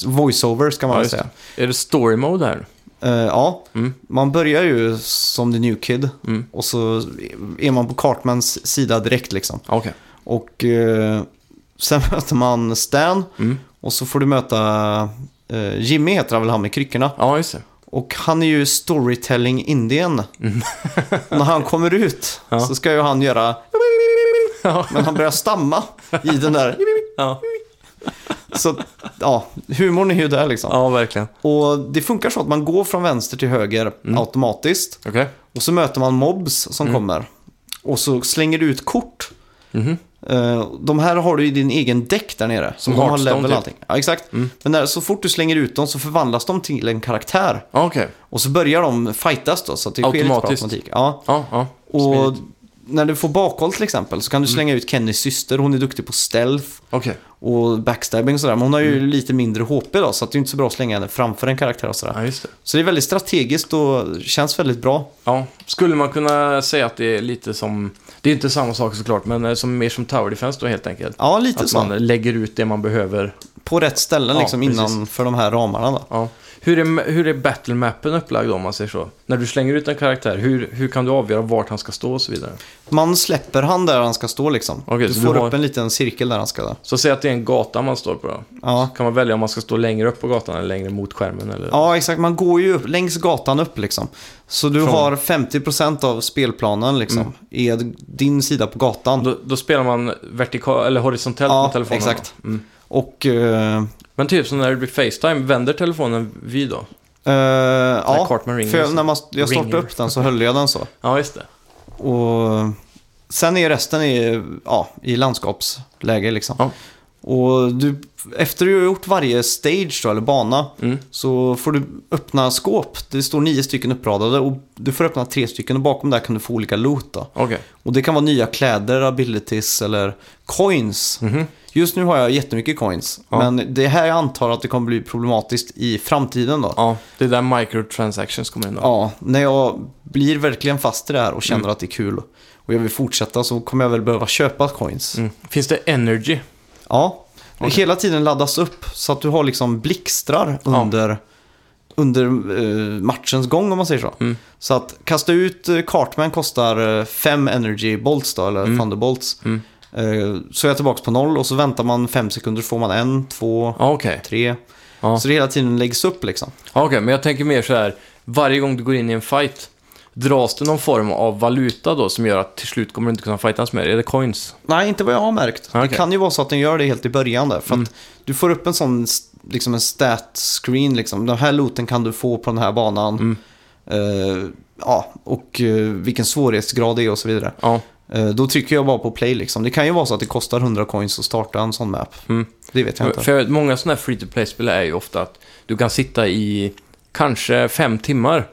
Speaker 2: voiceover ska man
Speaker 1: Ja,
Speaker 2: väl
Speaker 1: just
Speaker 2: säga.
Speaker 1: Är det story mode här?
Speaker 2: Eh, ja,
Speaker 1: Mm.
Speaker 2: man börjar ju som the new kid
Speaker 1: Mm.
Speaker 2: och så är man på Cartmans sida direkt liksom.
Speaker 1: Okej.
Speaker 2: Och eh, sen [laughs] möter man Stan
Speaker 1: Mm.
Speaker 2: och så får du möta eh, Jimmy heter han väl, han med kryckorna.
Speaker 1: Ja, just det. [laughs]
Speaker 2: Och han är ju storytelling indien. Och när han kommer ut
Speaker 1: Mm. [laughs] Ja.
Speaker 2: så ska ju han göra...
Speaker 1: Ja.
Speaker 2: Men han börjar stamma i den där...
Speaker 1: Ja,
Speaker 2: Så ja, humorn är ju där liksom.
Speaker 1: ja verkligen.
Speaker 2: Och det funkar så att man går från vänster till höger
Speaker 1: Mm.
Speaker 2: automatiskt.
Speaker 1: Okej.
Speaker 2: Och så möter man mobs som
Speaker 1: Mm.
Speaker 2: kommer. Och så slänger du ut kort.
Speaker 1: Mhm.
Speaker 2: Eh, De här har du i din egen däck där nere.
Speaker 1: Som
Speaker 2: de har
Speaker 1: Hearthstone,
Speaker 2: level
Speaker 1: typ.
Speaker 2: allting. Ja, exakt. Men när, så fort du slänger ut dem så förvandlas de till en karaktär.
Speaker 1: Ja, Okej.
Speaker 2: Och så börjar de fightas då, så att det sker lite på
Speaker 1: Automatiskt.
Speaker 2: automatik. Ja.
Speaker 1: Ja, ja.
Speaker 2: Och
Speaker 1: Smidigt. Mm.
Speaker 2: när du får bakhåll till exempel så kan du slänga ut Kennys syster. Hon är duktig på stealth
Speaker 1: Okej.
Speaker 2: och backstabbing och sådär. Men hon har ju
Speaker 1: Mm.
Speaker 2: lite mindre HP då, så att det är inte så bra att slänga henne framför en karaktär och sådär.
Speaker 1: Ja, just det.
Speaker 2: Så det är väldigt strategiskt och känns väldigt bra.
Speaker 1: Ja, skulle man kunna säga att det är lite som, det är inte samma sak såklart, men eh, som, mer som Tower Defense då helt enkelt.
Speaker 2: Ja, lite
Speaker 1: Att
Speaker 2: så.
Speaker 1: man lägger ut det man behöver.
Speaker 2: På rätt ställen
Speaker 1: Ja,
Speaker 2: liksom
Speaker 1: precis.
Speaker 2: innan för de här ramarna då.
Speaker 1: Ja. Hur är, hur är battlemappen upplagd om man säger så? När du slänger ut en karaktär, hur, hur kan du avgöra vart han ska stå och så vidare?
Speaker 2: Man släpper han där han ska stå liksom.
Speaker 1: Okej,
Speaker 2: du
Speaker 1: så
Speaker 2: får
Speaker 1: du har-
Speaker 2: upp en liten cirkel där han ska.
Speaker 1: Så säg att det är en gata man står på då.
Speaker 2: Ja.
Speaker 1: Kan man välja om man ska stå längre upp på gatan eller längre mot skärmen? typ, Eller?
Speaker 2: Ja, exakt. Man går ju upp, längs gatan upp liksom. Så du
Speaker 1: Från- Mm.
Speaker 2: har 50% av spelplanen liksom. Är din sida på gatan.
Speaker 1: Då, då spelar man vertikal eller horisontellt
Speaker 2: Ja,
Speaker 1: med telefonen?
Speaker 2: exakt.
Speaker 1: va? Mm.
Speaker 2: Och... eh,
Speaker 1: Men typ som när det blir Facetime, vänder telefonen vid då?
Speaker 2: eh,
Speaker 1: När
Speaker 2: ja,
Speaker 1: Cartman ringer
Speaker 2: för
Speaker 1: och
Speaker 2: jag,
Speaker 1: så-
Speaker 2: när man, jag startade
Speaker 1: ringer.
Speaker 2: upp den så höll jag den så.
Speaker 1: Ja, just det.
Speaker 2: Och sen är resten i, ja, i landskapsläge liksom.
Speaker 1: Ja.
Speaker 2: Och du, efter du har gjort varje stage då, eller bana
Speaker 1: Mm.
Speaker 2: så får du öppna skåp. Det står nio stycken uppradade och du får öppna tre stycken och bakom där kan du få olika loot. Då.
Speaker 1: Okej.
Speaker 2: Och det kan vara nya kläder, abilities eller coins.
Speaker 1: Mhm.
Speaker 2: Just nu har jag jättemycket coins,
Speaker 1: Ja.
Speaker 2: men det här jag antar att det kommer bli problematiskt i framtiden då.
Speaker 1: Ja, det är där microtransactions kommer in då.
Speaker 2: Ja, när jag blir verkligen fast i det här och känner att det är kul och jag vill fortsätta så kommer jag väl behöva köpa coins.
Speaker 1: Mm. Finns det energy?
Speaker 2: Ja,
Speaker 1: Okej.
Speaker 2: hela tiden laddas upp så att du har liksom blixtrar
Speaker 1: Ja.
Speaker 2: under, under eh, matchens gång om man säger så.
Speaker 1: Mm.
Speaker 2: Så att kasta ut eh, Cartman kostar 5 energy bolts då, eller
Speaker 1: Mm.
Speaker 2: thunderbolts.
Speaker 1: Mm.
Speaker 2: Eh, så är jag tillbaka på noll och så väntar man fem sekunder får man en, två,
Speaker 1: Ja, okej.
Speaker 2: tre.
Speaker 1: Ja.
Speaker 2: Så det hela tiden läggs upp liksom.
Speaker 1: Ja, okej, men jag tänker mer så här. Varje gång du går in i en fight, dras det någon form av valuta då som gör att till slut kommer du inte kunna fightas mer? Är det coins?
Speaker 2: Nej, inte vad jag har märkt.
Speaker 1: Okej. Mm.
Speaker 2: Det kan ju vara så att den gör det helt i början där. För att du får upp en sån liksom en stat screen. Liksom. Den här looten kan du få på den här banan.
Speaker 1: Mm.
Speaker 2: Eh, ja, och eh, vilken svårighetsgrad det är och så vidare.
Speaker 1: Ja.
Speaker 2: Eh, då trycker jag bara på play liksom. Det kan ju vara så att det kostar 100 coins att starta en sån map.
Speaker 1: Mm.
Speaker 2: Det vet jag inte.
Speaker 1: För jag vet, många sådana här free to play-spel är ju ofta att du kan sitta i kanske fem timmar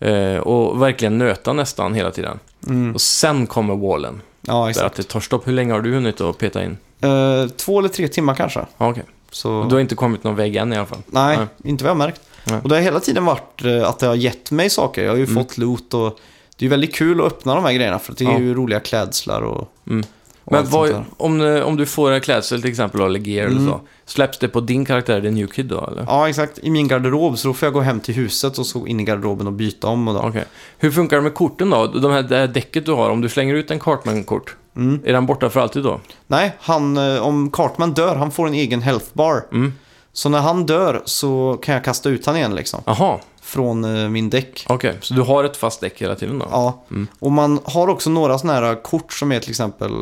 Speaker 1: eh, och verkligen nöta nästan hela tiden.
Speaker 2: Mm.
Speaker 1: Och sen kommer wallen.
Speaker 2: Ja,
Speaker 1: Där
Speaker 2: exakt.
Speaker 1: att det tar stopp. Hur länge har du hunnit att peta in?
Speaker 2: Eh, två eller tre timmar kanske.
Speaker 1: Ja, Okej.
Speaker 2: Så...
Speaker 1: Du har inte kommit någon väg än i alla fall?
Speaker 2: Nej,
Speaker 1: Nej.
Speaker 2: inte vad jag har märkt.
Speaker 1: Nej.
Speaker 2: Och det har hela tiden varit eh, att det har gett mig saker. Jag har ju
Speaker 1: Mm.
Speaker 2: fått loot och det är ju väldigt kul att öppna de här grejerna för att det är
Speaker 1: Ja.
Speaker 2: ju roliga klädslar och,
Speaker 1: Mm.
Speaker 2: och
Speaker 1: Men
Speaker 2: allt sånt
Speaker 1: vad,
Speaker 2: där.
Speaker 1: om, eh, om du får en klädsel till exempel, eller gear
Speaker 2: Mm.
Speaker 1: eller så, släpps det på din karaktär, The New Kid då? Eller?
Speaker 2: Ja, exakt. I min garderob så då får jag gå hem till huset och så in i garderoben och byta om och då.
Speaker 1: Okej. Hur funkar det med korten då? De här, det här däcket du har, om du slänger ut en Cartman-kort,
Speaker 2: Mm.
Speaker 1: är den borta för alltid då?
Speaker 2: Nej, han, eh, om Cartman dör, han får en egen health bar.
Speaker 1: Mm.
Speaker 2: Så när han dör så kan jag kasta ut han igen liksom.
Speaker 1: Aha,
Speaker 2: Från eh, min däck.
Speaker 1: okej. Så du har ett fast däck hela tiden då?
Speaker 2: Ja,
Speaker 1: Mm.
Speaker 2: och man har också några sådana här kort som är till exempel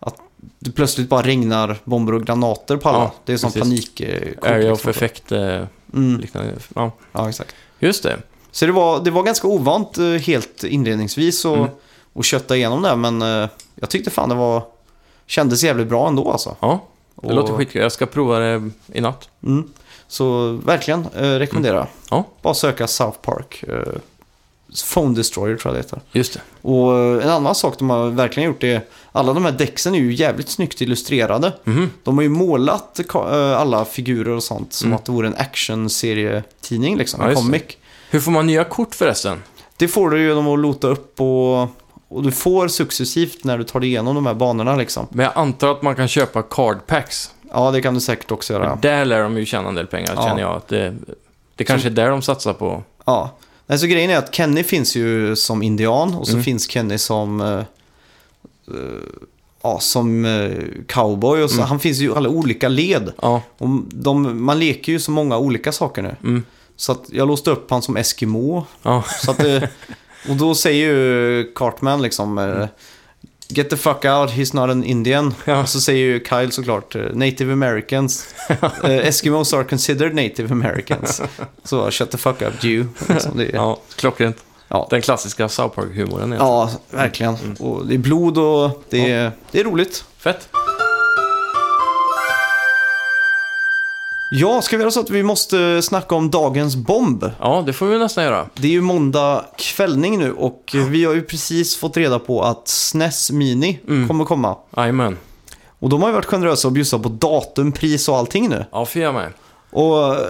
Speaker 2: att det plötsligt bara regnar bomber och granater på alla.
Speaker 1: Ja,
Speaker 2: det är som
Speaker 1: precis.
Speaker 2: panikkort.
Speaker 1: Area of effect, eh,
Speaker 2: Mm,
Speaker 1: liknande. Ja,
Speaker 2: ja, exakt.
Speaker 1: just det.
Speaker 2: Så det var, det var ganska ovant eh, helt inledningsvis och,
Speaker 1: Mm.
Speaker 2: och kötta igenom det, men eh, jag tyckte fan det var kändes jävligt bra ändå alltså.
Speaker 1: Ja, det
Speaker 2: Och-
Speaker 1: låter skitkul. Jag ska prova det i natt.
Speaker 2: Mm. Så verkligen eh, rekommenderar jag.
Speaker 1: Mm. Ja.
Speaker 2: Bara söka South Park. Eh, Phone Destroyer tror jag det heter.
Speaker 1: Just det.
Speaker 2: Och eh, en annan sak de har verkligen gjort är alla de här däcksen är ju jävligt snyggt illustrerade.
Speaker 1: Mhm.
Speaker 2: De har ju målat ka- eh, alla figurer och sånt som
Speaker 1: Mm.
Speaker 2: att det vore en actionserietidning liksom,
Speaker 1: Ja,
Speaker 2: en
Speaker 1: just det.
Speaker 2: comic.
Speaker 1: Hur får man nya kort förresten?
Speaker 2: Det får du genom att lota upp och, och du får successivt när du tar dig igenom de här banorna liksom.
Speaker 1: Men jag antar att man kan köpa card packs.
Speaker 2: Ja, det kan du säkert också göra.
Speaker 1: För Där lär de ju tjäna en del pengar,
Speaker 2: Ja.
Speaker 1: känner jag. Att det, det kanske är där de satsar på.
Speaker 2: Ja. Nej, så grejen är att Kenny finns ju som indian och så
Speaker 1: Mm.
Speaker 2: finns Kenny som, eh, eh, ja, som eh, cowboy. Och så,
Speaker 1: Mm.
Speaker 2: Han finns ju i alla olika led.
Speaker 1: Ja,
Speaker 2: Och de, man leker ju så många olika saker nu.
Speaker 1: Mm.
Speaker 2: Så att jag låste upp han som Eskimo.
Speaker 1: ja.
Speaker 2: Så att, eh, och då säger ju Cartman liksom eh, Get the fuck out, he's not an Indian.
Speaker 1: Mm. Ja.
Speaker 2: Och så säger ju Kyle såklart eh,
Speaker 1: [laughs]
Speaker 2: Native Americans. Eh, Eskimos are considered Native Americans. Så shut the fuck up you. Liksom, det, ja.
Speaker 1: ja klockrent.
Speaker 2: Ja.
Speaker 1: Den klassiska South Park-humoren. Ja.
Speaker 2: verkligen.
Speaker 1: Mm.
Speaker 2: Och det är blod och det är, det är roligt.
Speaker 1: Fett.
Speaker 2: Ja, ska vi göra så att vi måste snacka om dagens bomb?
Speaker 1: Ja, det får vi nästan göra.
Speaker 2: Det är ju måndag kvällning nu och vi har ju precis fått reda på att SNES Mini
Speaker 1: Mm.
Speaker 2: kommer komma.
Speaker 1: Jajamän.
Speaker 2: Och de har ju varit generösa och bjussat på datum, pris och allting nu.
Speaker 1: Ja, fia med.
Speaker 2: Och eh,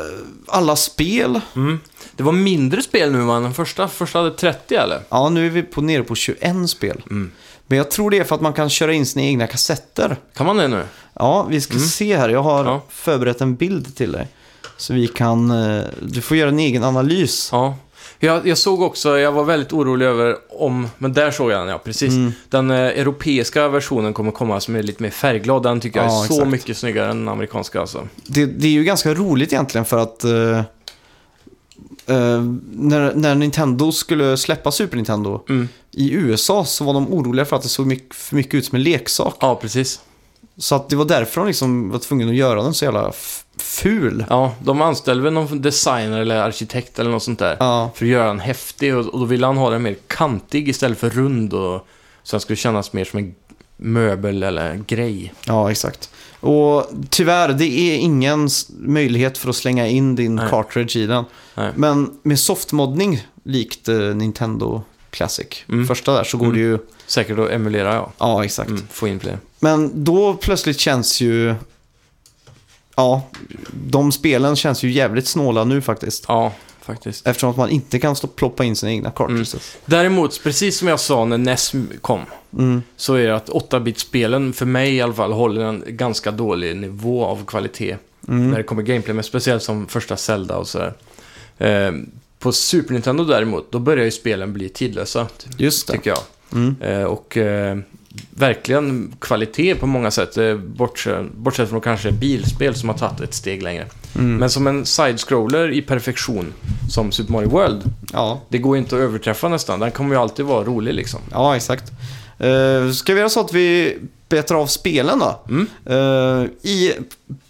Speaker 2: alla spel.
Speaker 1: Mm. Det var mindre spel nu än den första. Första hade 30 eller?
Speaker 2: Ja, nu är vi på, nere på 21 spel.
Speaker 1: Mm.
Speaker 2: Men jag tror det är för att man kan köra in sina egna kassetter.
Speaker 1: Kan man det nu?
Speaker 2: Ja, vi ska se här. Jag har
Speaker 1: Mm. Ja.
Speaker 2: förberett en bild till dig. Så vi kan... eh, Du får göra en egen analys.
Speaker 1: Ja. Jag, jag såg också, jag var väldigt orolig över om, men där såg jag den ja, precis.
Speaker 2: Mm.
Speaker 1: Den eh, europeiska versionen kommer komma som är lite mer färgglad. Den tycker jag är
Speaker 2: Ja,
Speaker 1: så
Speaker 2: exakt.
Speaker 1: mycket snyggare än den amerikanska alltså.
Speaker 2: det, det är ju ganska roligt egentligen för att eh, eh, när, när Nintendo skulle släppa Super Nintendo
Speaker 1: Mm.
Speaker 2: i USA så var de oroliga för att det såg mycket, för mycket ut som en leksak.
Speaker 1: Ja, precis.
Speaker 2: Så att det var därför de liksom var tvungna att göra den så jävla f- ful.
Speaker 1: Ja, de anställde väl någon designer eller arkitekt eller något sånt där.
Speaker 2: Ja,
Speaker 1: För att göra den häftig och, och då ville han ha den mer kantig istället för rund och så den skulle kännas mer som en möbel eller grej.
Speaker 2: ja exakt. Och tyvärr, det är ingen s- möjlighet för att slänga in din
Speaker 1: Nej.
Speaker 2: cartridge i den.
Speaker 1: Nej.
Speaker 2: Men med softmoddning, likt eh, Nintendo Classic,
Speaker 1: Mm.
Speaker 2: första där, så går
Speaker 1: Mm.
Speaker 2: det ju...
Speaker 1: Säkert att emulera ja.
Speaker 2: Ja, exakt.
Speaker 1: Mm, få in fler.
Speaker 2: Men då plötsligt känns ju... Ja, de spelen känns ju jävligt snåla nu faktiskt.
Speaker 1: Ja, faktiskt.
Speaker 2: Eftersom att man inte kan stå, ploppa in sina egna
Speaker 1: Mm.
Speaker 2: cartridges.
Speaker 1: Däremot, precis som jag sa när NES kom,
Speaker 2: Mm.
Speaker 1: så är det att 8-bit-spelen, för mig i alla fall, håller en ganska dålig nivå av kvalitet
Speaker 2: Mm.
Speaker 1: när det kommer gameplay, men speciellt som första Zelda och sådär. Eh, på Super Nintendo däremot, då börjar ju spelen bli tidlösa, ty-
Speaker 2: Just det.
Speaker 1: tycker jag.
Speaker 2: Mm.
Speaker 1: Eh, och eh, verkligen kvalitet på många sätt, eh, bortsett, bortsett från kanske bilspel som har tagit ett steg längre.
Speaker 2: Mm.
Speaker 1: Men som en side-scroller i perfektion, som Super Mario World,
Speaker 2: Ja,
Speaker 1: det går ju inte att överträffa nästan. Den kommer ju alltid vara rolig liksom.
Speaker 2: ja exakt. Eh, ska vi göra så att vi betar av spelen då?
Speaker 1: Mm.
Speaker 2: Eh, I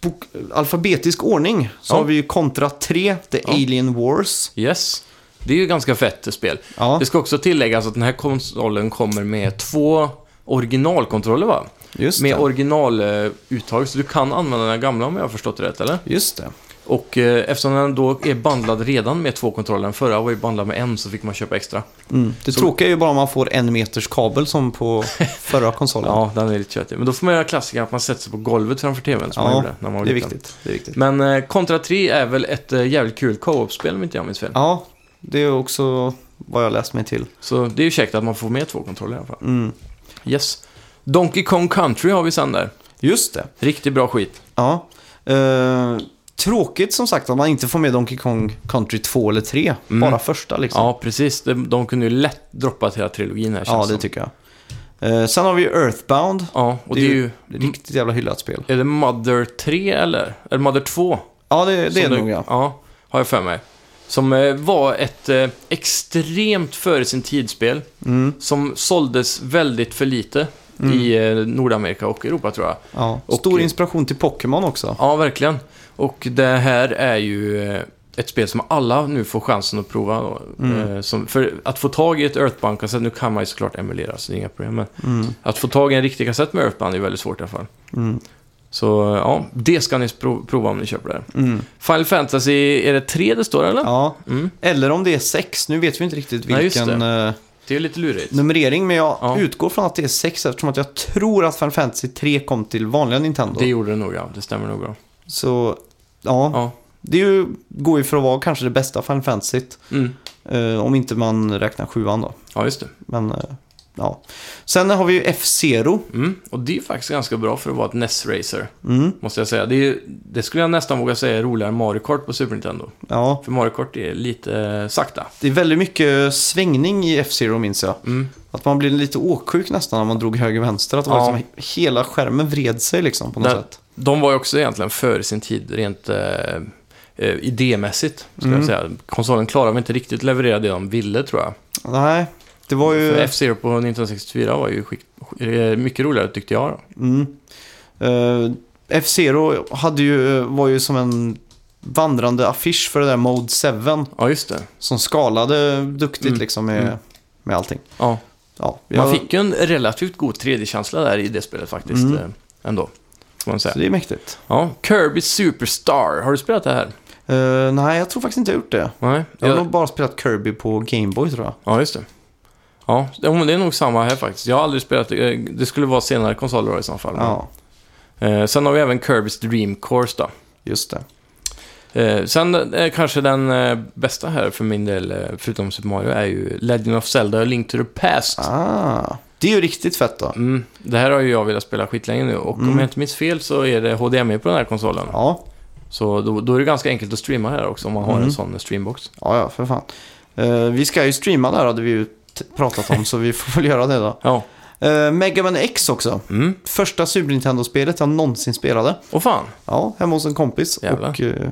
Speaker 2: bok- alfabetisk ordning så
Speaker 1: Ja.
Speaker 2: har vi ju Contra 3, The
Speaker 1: Ja.
Speaker 2: Alien Wars.
Speaker 1: Yes. Det är ju ganska fett spel.
Speaker 2: Ja,
Speaker 1: Det ska också tilläggas att den här konsolen kommer med två originalkontroller va?
Speaker 2: just
Speaker 1: Med
Speaker 2: det.
Speaker 1: originaluttag, så du kan använda den här gamla om jag har förstått det rätt, eller?
Speaker 2: Just det.
Speaker 1: Och eh, eftersom den då är bandlad redan med två kontroller, den förra var ju bandlad med en så fick man köpa extra.
Speaker 2: Mm. Det
Speaker 1: Så-
Speaker 2: tråkiga är ju bara om man får en meters kabel som på
Speaker 1: [laughs]
Speaker 2: förra konsolen.
Speaker 1: Ja, den är lite tjötig. Men då får man göra klassiken att man sätter sig på golvet framför tvn som man
Speaker 2: Ja,
Speaker 1: gjorde när man var
Speaker 2: det är
Speaker 1: liten.
Speaker 2: viktigt. Det är viktigt.
Speaker 1: Men eh, Contra 3 är väl ett eh, jävligt kul co-op-spel om inte jag minns fel.
Speaker 2: Ja, det är också vad jag läst mig till.
Speaker 1: Så det är ju käckt att man får med två kontroller i alla fall.
Speaker 2: Mm.
Speaker 1: Yes. Donkey Kong Country har vi sen där.
Speaker 2: Just det.
Speaker 1: Riktigt bra skit.
Speaker 2: Ja. Eh, tråkigt som sagt att man inte får med Donkey Kong Country 2 eller 3.
Speaker 1: Mm.
Speaker 2: Bara första liksom.
Speaker 1: Ja, precis. De, de kunde ju lätt droppa hela trilogin här känns
Speaker 2: ja det
Speaker 1: som.
Speaker 2: tycker jag. Eh, sen har vi ju Earthbound.
Speaker 1: Ja, och det är ju...
Speaker 2: Riktigt jävla hyllat spel.
Speaker 1: Är det Mother 3 eller? Eller Mother 2?
Speaker 2: Ja, det, det är
Speaker 1: Som
Speaker 2: nog ja.
Speaker 1: Ja, har jag för mig. Som eh, var ett eh, extremt före sin tidsspel
Speaker 2: Mm,
Speaker 1: som såldes väldigt för lite i eh, Nordamerika och Europa tror jag.
Speaker 2: ja.
Speaker 1: Och-
Speaker 2: Stor inspiration till Pokémon också.
Speaker 1: Ja, verkligen. Och det här är ju eh, ett spel som alla nu får chansen att prova. då.
Speaker 2: Mm.
Speaker 1: Eh, Som, för att få tag i ett Earthbound-kassett, nu kan man ju såklart emulera så det är inga problem. Men
Speaker 2: Mm,
Speaker 1: att få tag i en riktig kassett med Earthbound är väldigt svårt i alla fall.
Speaker 2: mm,
Speaker 1: Så eh, ja, det ska ni pro- prova om ni köper det här.
Speaker 2: mm.
Speaker 1: Final Fantasy, är det tre det står eller?
Speaker 2: Ja,
Speaker 1: Mm.
Speaker 2: eller om det är sex. Nu vet vi inte riktigt
Speaker 1: Nej, just
Speaker 2: vilken eh,
Speaker 1: Det är lite lurigt.
Speaker 2: numrering, men jag
Speaker 1: Ja.
Speaker 2: utgår från att det är sex eftersom att jag tror att Final Fantasy 3 kom till vanliga Nintendo.
Speaker 1: Det gjorde det nog ja, det stämmer nog bra.
Speaker 2: Så, ja.
Speaker 1: Ja.
Speaker 2: Det är ju, går ju för att vara kanske det bästa Final Fantasy.
Speaker 1: Mm.
Speaker 2: Eh, om inte man räknar sjuan då.
Speaker 1: Ja, just det.
Speaker 2: Men, eh, ja. Sen har vi ju F-Zero.
Speaker 1: Mm. Och det är faktiskt ganska bra för att vara ett NES-racer,
Speaker 2: Mm,
Speaker 1: måste jag säga. Det, är, ju- det skulle jag nästan våga säga är roligare än Mario Kart på Super Nintendo.
Speaker 2: ja.
Speaker 1: För Mario Kart är lite eh, sakta.
Speaker 2: Det är väldigt mycket svängning i F-Zero minns jag.
Speaker 1: Mm.
Speaker 2: Att man blev lite åksjuk nästan när man drog höger och vänster. Att det var
Speaker 1: Ja.
Speaker 2: liksom, hela skärmen vred sig liksom på något
Speaker 1: Där-
Speaker 2: sätt.
Speaker 1: De var ju också egentligen före sin tid rent eh, eh, idémässigt, skulle
Speaker 2: Mm.
Speaker 1: jag säga. Konsolen klarade väl inte riktigt leverera det de ville, tror jag.
Speaker 2: Nej, det var ju...
Speaker 1: För F-Zero på 1964 var ju skick, eh, mycket roligare, tyckte jag. Då.
Speaker 2: Mm. Eh, F-Zero hade ju, var ju som en vandrande affisch för det där Mode 7.
Speaker 1: Ja, just det.
Speaker 2: Som skalade duktigt
Speaker 1: Mm.
Speaker 2: liksom med,
Speaker 1: Mm.
Speaker 2: med allting.
Speaker 1: Ja.
Speaker 2: Ja,
Speaker 1: Man
Speaker 2: jag-
Speaker 1: fick ju en relativt god 3D-känsla där i det spelet faktiskt,
Speaker 2: Mm.
Speaker 1: eh, ändå. Får man
Speaker 2: Så
Speaker 1: säga.
Speaker 2: det är mäktigt.
Speaker 1: Ja, Kirby Superstar. Har du spelat det här?
Speaker 2: Eh, nej, jag tror faktiskt inte jag gjort det.
Speaker 1: Nej.
Speaker 2: Jag har
Speaker 1: Jag-
Speaker 2: nog bara spelat Kirby på Gameboy tror jag.
Speaker 1: Ja, just det. Ja, det men det är nog samma här faktiskt. Jag har aldrig spelat det. Det skulle vara senare konsoler då i så fall.
Speaker 2: Ja,
Speaker 1: Eh, sen har vi även Kirby's Dream Course då.
Speaker 2: just det.
Speaker 1: Eh, sen eh, kanske den eh, bästa här för min del, eh, förutom Super Mario, är ju Legend of Zelda A Link to the Past.
Speaker 2: Ah, det är ju riktigt fett då.
Speaker 1: Mm, det här har ju jag velat spela skitlänge nu och om
Speaker 2: Mm.
Speaker 1: jag inte minns fel så är det HDMI på den här konsolen.
Speaker 2: Ja,
Speaker 1: Så då, då är det ganska enkelt att streama här också om man har
Speaker 2: Mm.
Speaker 1: en sån streambox.
Speaker 2: ja, ja för fan. Eh, vi ska ju streama där hade vi ju t- pratat om så vi får väl göra det då.
Speaker 1: Ja.
Speaker 2: Uh, Mega Man X också.
Speaker 1: Mm.
Speaker 2: Första Super Nintendo-spelet jag någonsin spelade.
Speaker 1: Och fan.
Speaker 2: Ja, hemma hos en kompis.
Speaker 1: Jävlar.
Speaker 2: Och eh,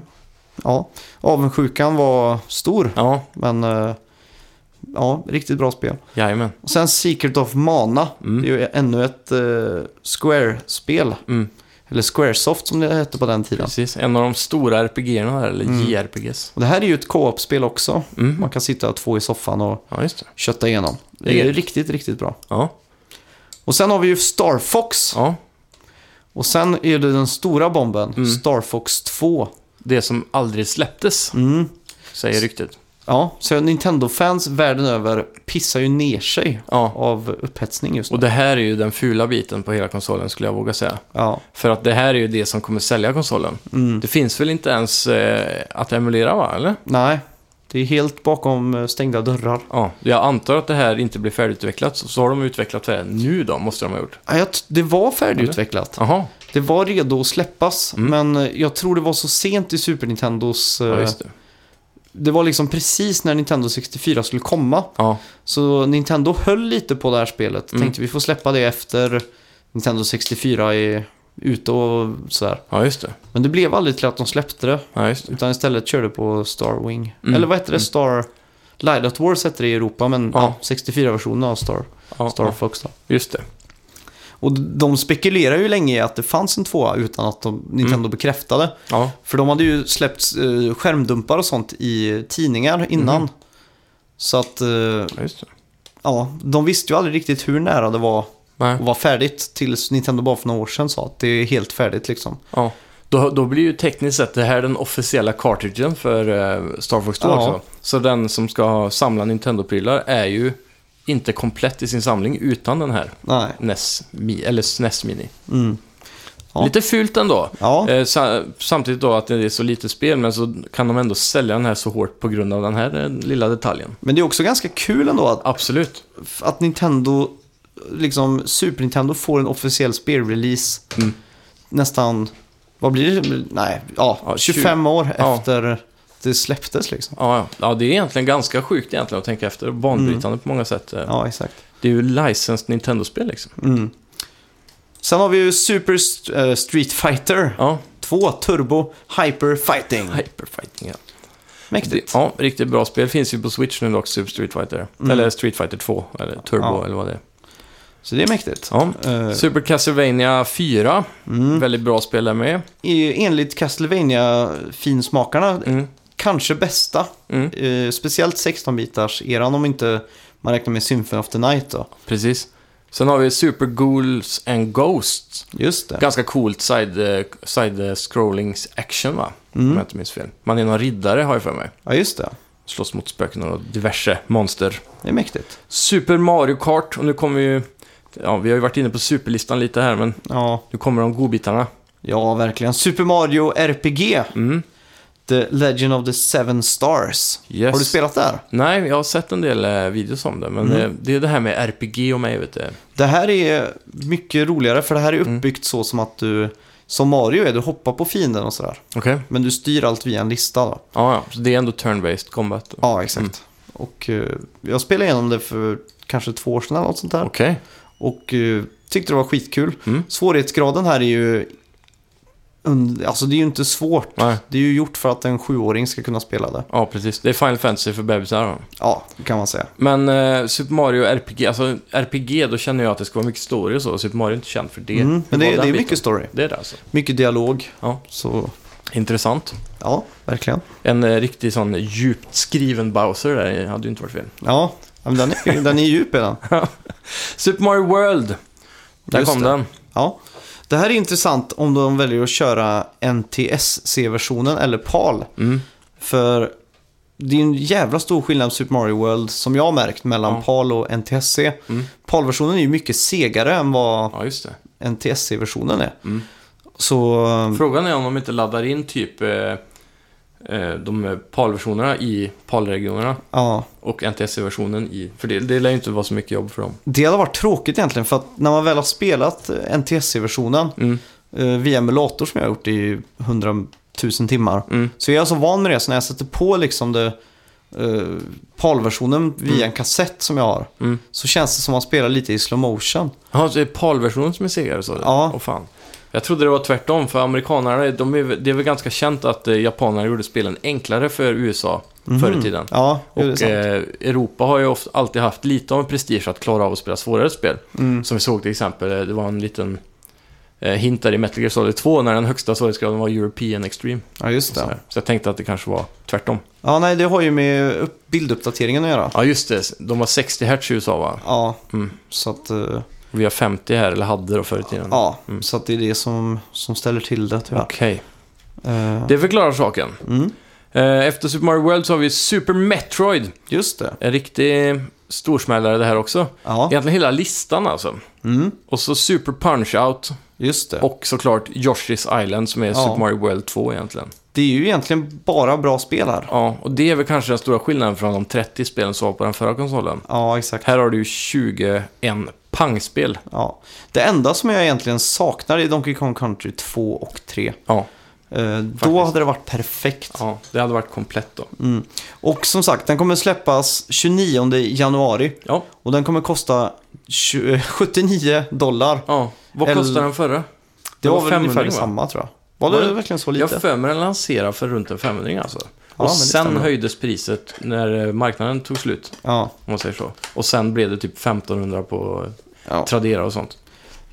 Speaker 2: ja, avundsjukan var stor.
Speaker 1: Ja,
Speaker 2: Men eh, ja, riktigt bra spel.
Speaker 1: jajamän.
Speaker 2: Och sen Secret of Mana.
Speaker 1: Mm.
Speaker 2: Det är ju ännu ett eh, Square-spel.
Speaker 1: Mm.
Speaker 2: Eller Squaresoft som det hette på den tiden.
Speaker 1: Precis. En av de stora RPG-erna här, eller
Speaker 2: Mm.
Speaker 1: JRPGs.
Speaker 2: Och det här är ju ett co-op-spel också.
Speaker 1: Mm.
Speaker 2: Man kan sitta två i soffan och
Speaker 1: Ja, just det.
Speaker 2: kötta igenom. Det är ju riktigt, riktigt bra.
Speaker 1: Ja.
Speaker 2: Och sen har vi ju Star Fox.
Speaker 1: ja.
Speaker 2: Och sen är det den stora bomben,
Speaker 1: Mm.
Speaker 2: Star Fox 2.
Speaker 1: Det som aldrig släpptes,
Speaker 2: Mm.
Speaker 1: säger ryktet.
Speaker 2: Ja, så Nintendo-fans världen över pissar ju ner sig
Speaker 1: Ja.
Speaker 2: av upphetsning just nu.
Speaker 1: Och det här är ju den fula biten på hela konsolen, skulle jag våga säga.
Speaker 2: Ja,
Speaker 1: För att det här är ju det som kommer sälja konsolen.
Speaker 2: mm.
Speaker 1: Det finns väl inte ens eh, att emulera, va? Eller?
Speaker 2: Nej, det är helt bakom eh, stängda dörrar.
Speaker 1: Ja. Jag antar att det här inte blir färdigutvecklat, så så har de utvecklat det här nu då, måste de ha gjort.
Speaker 2: Ja, jag t- Det var färdigutvecklat.
Speaker 1: Jaha,
Speaker 2: Det var redo att släppas,
Speaker 1: Mm.
Speaker 2: men eh, jag tror det var så sent i Super Nintendos... eh,
Speaker 1: ja, just det.
Speaker 2: det var liksom precis när Nintendo 64 skulle komma.
Speaker 1: Ja.
Speaker 2: Så Nintendo höll lite på det här spelet.
Speaker 1: Mm.
Speaker 2: Tänkte vi får släppa det efter Nintendo 64 är ute och sådär.
Speaker 1: ja, just det.
Speaker 2: Men det blev aldrig till att de släppte det.
Speaker 1: Ja, just det.
Speaker 2: Utan istället körde på Star Wing.
Speaker 1: Mm.
Speaker 2: Eller vad hette det?
Speaker 1: Mm.
Speaker 2: Star... Light at Wars hette det i Europa, men
Speaker 1: Ja.
Speaker 2: ja. 64-versionen av Star,
Speaker 1: Ja,
Speaker 2: Star
Speaker 1: ja,
Speaker 2: Fox. Då.
Speaker 1: just det.
Speaker 2: Och de spekulerar ju länge i att det fanns en tvåa utan att de, Nintendo
Speaker 1: Mm.
Speaker 2: bekräftade.
Speaker 1: Ja,
Speaker 2: För de hade ju släppt eh, skärmdumpar och sånt i tidningar innan.
Speaker 1: Mhm.
Speaker 2: Så att, eh,
Speaker 1: ja, just det.
Speaker 2: ja, de visste ju aldrig riktigt hur nära det var
Speaker 1: Nej.
Speaker 2: att vara färdigt tills Nintendo bara för några år sedan sa att det är helt färdigt liksom.
Speaker 1: Ja. Då, då blir ju tekniskt sett det här den officiella cartridgen för eh, Star Fox 2
Speaker 2: Ja.
Speaker 1: också. Så den som ska ha- samla Nintendo-prylar är ju inte komplett i sin samling utan den här
Speaker 2: Nej.
Speaker 1: NES, Mi- eller SNES Mini.
Speaker 2: Mm. Ja.
Speaker 1: Lite fult ändå.
Speaker 2: Ja,
Speaker 1: Eh, sa- samtidigt då att det är så lite spel, men så kan de ändå sälja den här så hårt på grund av den här eh, lilla detaljen.
Speaker 2: men det är också ganska kul ändå att,
Speaker 1: Absolut.
Speaker 2: att Nintendo, liksom Super Nintendo får en officiell spelrelease
Speaker 1: Mm.
Speaker 2: nästan, vad blir det? Nej, ja,
Speaker 1: Ja,
Speaker 2: 25 år
Speaker 1: Ja.
Speaker 2: efter det släpptes liksom.
Speaker 1: Ja, ja. ja, det är egentligen ganska sjukt egentligen att tänka efter. Banbrytande på många sätt. eh.
Speaker 2: Ja, exakt.
Speaker 1: Det är ju licensed Nintendo-spel liksom.
Speaker 2: Mm. Sen har vi ju Super St- eh, Street Fighter
Speaker 1: Ja,
Speaker 2: 2 Turbo Hyper Fighting.
Speaker 1: Hyperfighting ja.
Speaker 2: Mäktigt.
Speaker 1: Det- Ja, riktigt bra spel. Finns ju på Switch nu dock, Super Street Fighter.
Speaker 2: Mm.
Speaker 1: Eller Street Fighter 2, eller Turbo
Speaker 2: Ja.
Speaker 1: eller vad det är.
Speaker 2: Så det är mäktigt.
Speaker 1: Ja.
Speaker 2: Eh,
Speaker 1: Super Castlevania 4,
Speaker 2: mm.
Speaker 1: väldigt bra spel där med.
Speaker 2: I- Enligt castlevania finsmakarna
Speaker 1: Mm.
Speaker 2: kanske bästa.
Speaker 1: Mm.
Speaker 2: Eh, speciellt 16-bitars eran om inte man räknar med Symphony of the Night då.
Speaker 1: Precis. Sen har vi Super Ghouls and Ghosts.
Speaker 2: Just det.
Speaker 1: Ganska coolt side- eh, side-scrollings action va? Om jag
Speaker 2: Mm.
Speaker 1: inte minns fel. Man är någon riddare har jag för mig.
Speaker 2: Ja, just det.
Speaker 1: Slåss mot spöken och diverse monster.
Speaker 2: Det är mäktigt.
Speaker 1: Super Mario Kart och nu kommer vi ju... Ja, vi har ju varit inne på superlistan lite här men
Speaker 2: Ja,
Speaker 1: nu kommer de godbitarna.
Speaker 2: ja verkligen. Super Mario RPG,
Speaker 1: Mm.
Speaker 2: The Legend of the Seven Stars.
Speaker 1: Yes.
Speaker 2: Har du spelat där?
Speaker 1: Nej, jag har sett en del eh, videos om det, men
Speaker 2: Mm.
Speaker 1: eh, det är det här med RPG och mig, vet du.
Speaker 2: Det här är mycket roligare för det här är uppbyggt så som att du, som Mario är, du hoppar på fienden och sådär.
Speaker 1: Okej.
Speaker 2: Men du styr allt via en lista då.
Speaker 1: Ja, Mm. ja, så det är ändå turn-based combat. då.
Speaker 2: Ja, exakt. Och eh, jag spelade igenom det för kanske två år sedan eller något sånt där.
Speaker 1: Okej.
Speaker 2: Och eh, tyckte det var skitkul.
Speaker 1: Mm.
Speaker 2: Svårighetsgraden här är ju, und- alltså det är ju inte svårt.
Speaker 1: Nej.
Speaker 2: Det är ju gjort för att en sjuåring ska kunna spela det.
Speaker 1: Ja, precis. Det är Final Fantasy för bebisar. då.
Speaker 2: Ja, det kan man säga.
Speaker 1: Men eh, Super Mario RPG, alltså RPG, då känner jag att det ska vara mycket story och så. Super Mario är inte känd för det.
Speaker 2: Mm.
Speaker 1: Hur
Speaker 2: Men det,
Speaker 1: var
Speaker 2: är-
Speaker 1: den
Speaker 2: det är
Speaker 1: biten?
Speaker 2: mycket story,
Speaker 1: Det är det alltså.
Speaker 2: mycket dialog.
Speaker 1: Ja.
Speaker 2: Så,
Speaker 1: Intressant.
Speaker 2: ja, verkligen.
Speaker 1: En eh, riktig sån djupt skriven Bowser där, hade ju inte varit fel.
Speaker 2: Ja, men den är, den är djup i den.
Speaker 1: Super Mario World. Där
Speaker 2: Just
Speaker 1: kom
Speaker 2: det.
Speaker 1: den.
Speaker 2: Ja. Det här är intressant om de väljer att köra NTSC-versionen eller PAL.
Speaker 1: Mm.
Speaker 2: För det är en jävla stor skillnad på Super Mario World som jag har märkt mellan
Speaker 1: Ja.
Speaker 2: PAL och NTSC.
Speaker 1: Mm.
Speaker 2: PAL-versionen är ju mycket segare än vad
Speaker 1: Ja, just det.
Speaker 2: NTSC-versionen är.
Speaker 1: Mm.
Speaker 2: Så
Speaker 1: Frågan är om de inte laddar in typ eh, eh, de eh, PAL-versionerna i PAL-regionerna
Speaker 2: ja,
Speaker 1: och NTSC-versionen i... För det, det lär ju inte vara så mycket jobb för dem.
Speaker 2: det hade varit tråkigt egentligen för att när man väl har spelat NTSC-versionen
Speaker 1: Mm,
Speaker 2: eh, via emulator som jag har gjort i 100 000 timmar.
Speaker 1: mm,
Speaker 2: Så jag är så van med det så när jag sätter på liksom det eh, PAL-versionen via
Speaker 1: Mm.
Speaker 2: en kassett som jag har
Speaker 1: mm.
Speaker 2: så känns det som att man spelar lite i slow motion.
Speaker 1: Ja, så det är PAL-versionen som är segare så?
Speaker 2: Ja.
Speaker 1: Åh, fan. Jag trodde det var tvärtom, för amerikanerna, de är, det är väl ganska känt att eh, japanerna gjorde spelen enklare för USA Mm. förr i tiden.
Speaker 2: Mm. Ja, och, Mhm. det är
Speaker 1: Och
Speaker 2: sant.
Speaker 1: eh, Europa har ju ofta, alltid haft lite av en prestige att klara av att spela svårare spel.
Speaker 2: Mm.
Speaker 1: Som vi såg till exempel, eh, det var en liten eh, hint där i Metal Gear Solid 2 när den högsta svårighetsgraden var European Extreme.
Speaker 2: ja, just
Speaker 1: Så,
Speaker 2: det.
Speaker 1: här. så jag tänkte att det kanske var tvärtom.
Speaker 2: Ja, nej, det har ju med upp- bilduppdateringen att göra.
Speaker 1: Ja, just det. De var 60 Hz i USA, va?
Speaker 2: Ja,
Speaker 1: Mm.
Speaker 2: så att, eh,
Speaker 1: Vi har 50 här, eller hade då förr i tiden.
Speaker 2: ja,
Speaker 1: Mm.
Speaker 2: så att det är det som, som ställer till det tyvärr.
Speaker 1: Okej.
Speaker 2: Eh,
Speaker 1: Det förklarar saken.
Speaker 2: mm.
Speaker 1: Eh, Efter Super Mario World så har vi Super Metroid.
Speaker 2: Just det.
Speaker 1: En riktig storsmällare det här också.
Speaker 2: Ja,
Speaker 1: Egentligen hela listan alltså.
Speaker 2: mm.
Speaker 1: Och så Super Punch-Out.
Speaker 2: just det.
Speaker 1: Och såklart Yoshi's Island som är
Speaker 2: Ja.
Speaker 1: Super Mario World 2 egentligen.
Speaker 2: Det är ju egentligen bara bra spel här.
Speaker 1: Ja, och det är väl kanske den stora skillnaden från de 30 spelen som var på den förra konsolen.
Speaker 2: Ja, exakt.
Speaker 1: Här har du ju 21 pangspel.
Speaker 2: Ja. Det enda som jag egentligen saknar i Donkey Kong Country 2 och 3
Speaker 1: Ja,
Speaker 2: Eh, då hade det varit perfekt.
Speaker 1: ja, det hade varit komplett då.
Speaker 2: Mm. Och som sagt, den kommer släppas 29 januari.
Speaker 1: Ja,
Speaker 2: Och den kommer kosta 20, 79 dollar.
Speaker 1: ja. Vad
Speaker 2: Eller-
Speaker 1: kostade den förra?
Speaker 2: Det var väl
Speaker 1: 500,
Speaker 2: ungefär
Speaker 1: va?
Speaker 2: samma tror jag. Var
Speaker 1: Var
Speaker 2: det
Speaker 1: det-
Speaker 2: verkligen så
Speaker 1: Jag
Speaker 2: lite?
Speaker 1: har för mig den lanserade för runt en 500 alltså.
Speaker 2: men
Speaker 1: och
Speaker 2: det
Speaker 1: sen
Speaker 2: stämmer.
Speaker 1: höjdes priset när eh, marknaden tog slut,
Speaker 2: Ja.
Speaker 1: om man säger så. Och sen blev det typ 1500 på eh,
Speaker 2: ja.
Speaker 1: Tradera och sånt.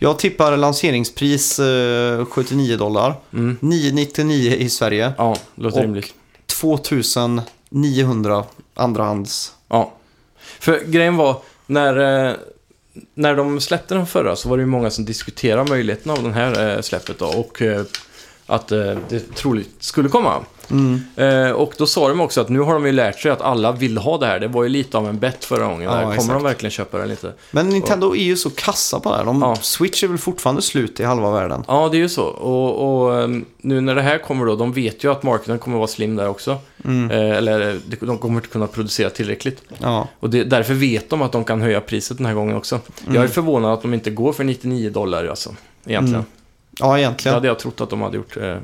Speaker 2: Jag tippar lanseringspris eh, 79 dollar.
Speaker 1: Mm.
Speaker 2: 999 i Sverige.
Speaker 1: Ja, låter
Speaker 2: Och-
Speaker 1: rimligt.
Speaker 2: 2900 andrahands.
Speaker 1: Ja. För grejen var, när, eh, när de släppte den förra så var det ju många som diskuterade möjligheten av den här eh, släppet då. Och eh, att eh, det troligt skulle komma.
Speaker 2: Mm.
Speaker 1: Eh, och då sa de också att nu har de ju lärt sig att alla vill ha det här. Det var ju lite av en bett förra gången.
Speaker 2: Ja,
Speaker 1: där. Kommer
Speaker 2: exakt.
Speaker 1: de verkligen köpa det eller inte?
Speaker 2: Men Nintendo är ju så kassa på det här. De,
Speaker 1: Ja.
Speaker 2: Switch är väl fortfarande slut i halva världen.
Speaker 1: Ja, det är ju så. Och, och ehm, nu när det här kommer då, de vet ju att marknaden kommer vara slim där också. Eh, eller eh, de kommer inte kunna producera tillräckligt.
Speaker 2: Mm. Ja.
Speaker 1: Och det, därför vet de att de kan höja priset den här gången också.
Speaker 2: Mm.
Speaker 1: Jag är förvånad att de inte går för 99 dollar alltså, egentligen.
Speaker 2: Mm, Ja,
Speaker 1: Det
Speaker 2: egentligen.
Speaker 1: hade jag trott att de hade gjort. eh.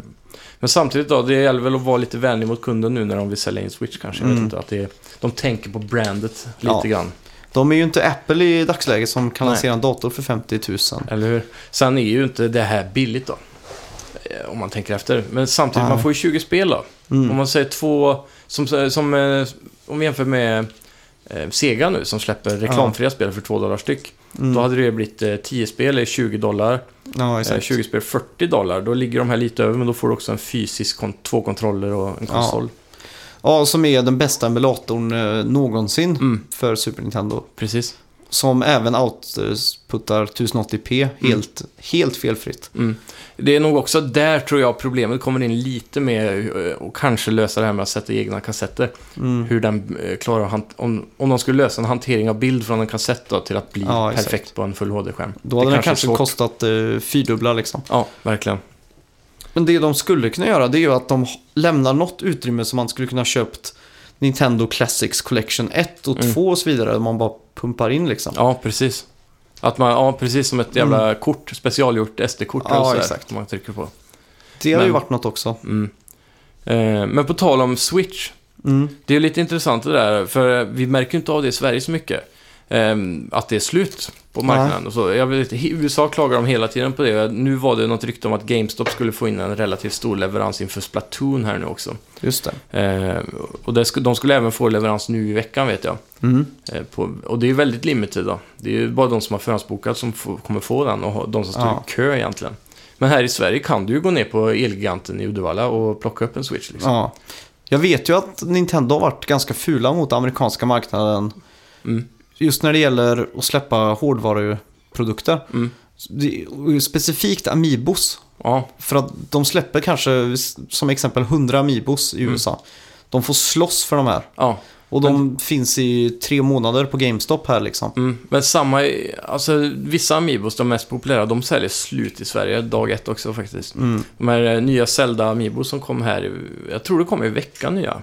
Speaker 1: Men samtidigt då, det gäller väl att vara lite vänlig mot kunden nu när de vill sälja in Switch kanske. Jag vet inte, att det är, de tänker på brandet lite
Speaker 2: Mm. Ja.
Speaker 1: grann.
Speaker 2: De är ju inte Apple i dagsläget som kan
Speaker 1: Nej.
Speaker 2: lansera en dator för 50 000.
Speaker 1: Eller hur? Sen är ju inte det här billigt då. eh, Om man tänker efter. Men samtidigt,
Speaker 2: Nej.
Speaker 1: man får ju 20 spel då.
Speaker 2: Mm.
Speaker 1: Om man säger två, som, som, eh, om vi jämför med eh, Sega nu som släpper reklamfria spel för 2 dollar styck.
Speaker 2: Mm.
Speaker 1: Då hade det blivit eh, 10 spel är 20 dollar,
Speaker 2: Ja,
Speaker 1: eh,
Speaker 2: exakt.
Speaker 1: 20 spel 40 dollar. Då ligger de här lite över men då får du också en fysisk, kon- två kontroller och en
Speaker 2: Ja.
Speaker 1: konsol.
Speaker 2: Ja, som är den bästa emulatorn eh, någonsin för Super Nintendo.
Speaker 1: Precis.
Speaker 2: Som även outputtar 1080p helt, helt felfritt.
Speaker 1: Mm. Det är nog också där tror jag problemet kommer in lite med eh, och kanske lösa det här med att sätta egna kassetter.
Speaker 2: Mm.
Speaker 1: Hur den eh, klarar att hant- om, om de skulle lösa en hantering av bild från en kassett då, till att bli
Speaker 2: Ja, exakt.
Speaker 1: perfekt på en full HD-skärm.
Speaker 2: Då hade
Speaker 1: Det
Speaker 2: den
Speaker 1: är
Speaker 2: kanske
Speaker 1: svårt.
Speaker 2: kostat eh, fyrdubbla liksom.
Speaker 1: Ja, verkligen.
Speaker 2: Men det de skulle kunna göra det är ju att de h- lämnar något utrymme som man skulle kunna ha köpt Nintendo Classics Collection 1
Speaker 1: Mm.
Speaker 2: och 2 och så vidare. där Man bara pumpar in liksom.
Speaker 1: Ja, precis. Att man, ja, precis som ett jävla kort, specialgjort SD-kort
Speaker 2: Mm. Ja,
Speaker 1: eller sådär,
Speaker 2: exakt.
Speaker 1: som man trycker på.
Speaker 2: det har ju
Speaker 1: men-
Speaker 2: varit något också.
Speaker 1: Mm. Eh, men på tal om Switch,
Speaker 2: Mm.
Speaker 1: Det är ju lite intressant det där, för vi märker ju inte av det i Sverige så mycket. ehm, Att det är slut på marknaden. Och så, jag vet, I USA klagar de hela tiden på det. Nu var det något rykte om att GameStop skulle få in en relativt stor leverans inför Splatoon här nu också.
Speaker 2: Just det.
Speaker 1: Ehm, Och det, sk- de skulle även få leverans nu i veckan vet jag.
Speaker 2: Mm.
Speaker 1: Ehm, På, och det är ju väldigt limited då. Det är ju bara de som har förhandsbokat som får, kommer få den och ha- de som står
Speaker 2: Ja.
Speaker 1: i kö egentligen. Men här i Sverige kan du ju gå ner på Elgiganten i Uddevalla och plocka upp en Switch. Liksom.
Speaker 2: Ja. Jag vet ju att Nintendo har varit ganska fula mot amerikanska marknaden.
Speaker 1: Mm.
Speaker 2: Just när det gäller att släppa hårdvaruprodukter.
Speaker 1: Mm.
Speaker 2: Det- och Specifikt Amiibos.
Speaker 1: Ja,
Speaker 2: För att de släpper kanske som exempel 100 Amiibos
Speaker 1: Mm.
Speaker 2: i USA. De får slåss för de här.
Speaker 1: ja.
Speaker 2: Och de finns i tre månader på GameStop här liksom.
Speaker 1: Mm, men samma, alltså vissa Amiibos, de mest populära, de säljer slut i Sverige dag ett också faktiskt.
Speaker 2: Mm.
Speaker 1: De här eh, nya Zelda Amiibos som kom här, i- jag tror det kom i veckan nya.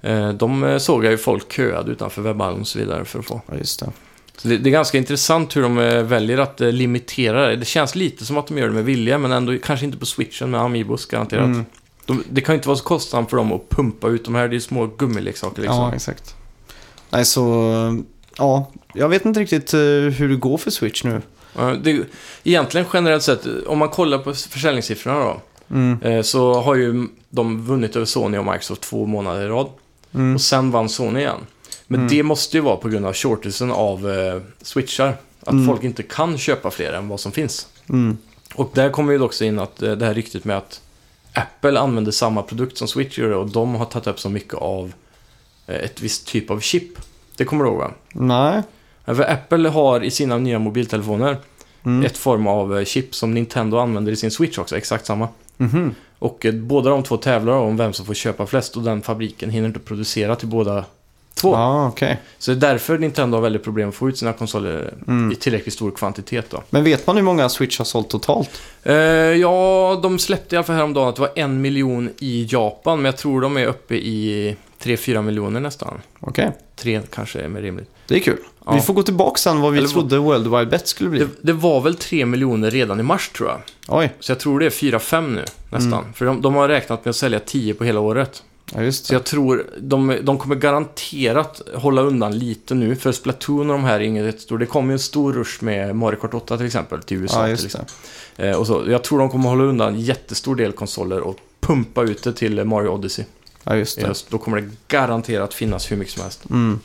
Speaker 1: Eh, De eh, såg jag ju folk köade utanför webbhallen och så vidare för att få.
Speaker 2: Ja, just det.
Speaker 1: Så det, det är ganska intressant hur de eh, väljer att eh, limitera det. Det känns lite som att de gör det med vilja, men ändå kanske inte på switchen med Amiibos garanterat.
Speaker 2: Mm.
Speaker 1: De, det kan ju inte vara så kostsamt för dem att pumpa ut de här, det är små gummileksaker liksom.
Speaker 2: Ja, exakt. Nej, så... Ja, jag vet inte riktigt eh, hur det går för Switch nu.
Speaker 1: Ja, Eh, Det, egentligen generellt sett, eh, om man kollar på försäljningssiffrorna då, eh, så har ju de vunnit över Sony och Microsoft två månader i rad. Och sen vann Sony igen. Men det måste ju vara på grund av shortelsen av eh, switchar. Att folk inte kan köpa fler än vad som finns.
Speaker 2: Mm.
Speaker 1: Och där kommer ju också in att eh, det här ryktet med att Apple använder samma produkt som Switch gör och de har tagit upp så mycket av eh, ett visst typ av chip. Det kommer du ihåg va?
Speaker 2: Nej.
Speaker 1: Ja, För Apple har i sina nya mobiltelefoner
Speaker 2: Mm.
Speaker 1: ett form av eh, chip som Nintendo använder i sin Switch också, exakt samma.
Speaker 2: Mhm.
Speaker 1: Och eh, båda de två tävlar om vem som får köpa flest och den fabriken hinner inte producera till båda två.
Speaker 2: Ja, okej.
Speaker 1: Så det är därför Nintendo har väldigt problem att få ut sina konsoler eh,
Speaker 2: Mm.
Speaker 1: i tillräckligt stor kvantitet då.
Speaker 2: Men vet man hur många Switch har sålt totalt?
Speaker 1: Eh, ja, de släppte i alla fall häromdagen att det var en miljon i Japan, men jag tror de är uppe i 3-4 miljoner nästan.
Speaker 2: Okej,
Speaker 1: Tre kanske är mer rimligt.
Speaker 2: det är kul.
Speaker 1: Ja.
Speaker 2: Vi får gå tillbaka sen vad vi
Speaker 1: Eller vad-
Speaker 2: trodde World Wide Bet skulle bli.
Speaker 1: Det, det var väl 3 miljoner redan i mars tror jag.
Speaker 2: Oj,
Speaker 1: Så jag tror det är 4-5 nu, nästan.
Speaker 2: Mm.
Speaker 1: För de, de har räknat med att sälja 10 på hela året.
Speaker 2: ja just
Speaker 1: Så
Speaker 2: det.
Speaker 1: jag tror de, de kommer garanterat hålla undan lite nu. För Splatoon och de här är inget stort. Det kommer ju en stor rush med Mario Kart 8 till exempel, till USA.
Speaker 2: Ja,
Speaker 1: till
Speaker 2: just
Speaker 1: exempel.
Speaker 2: det.
Speaker 1: Eh, och så, jag tror de kommer hålla undan en jättestor del konsoler och pumpa ut det till eh, Mario Odyssey.
Speaker 2: Ja, just det.
Speaker 1: Just, då kommer det garanterat finnas hur mycket som helst.
Speaker 2: Mm.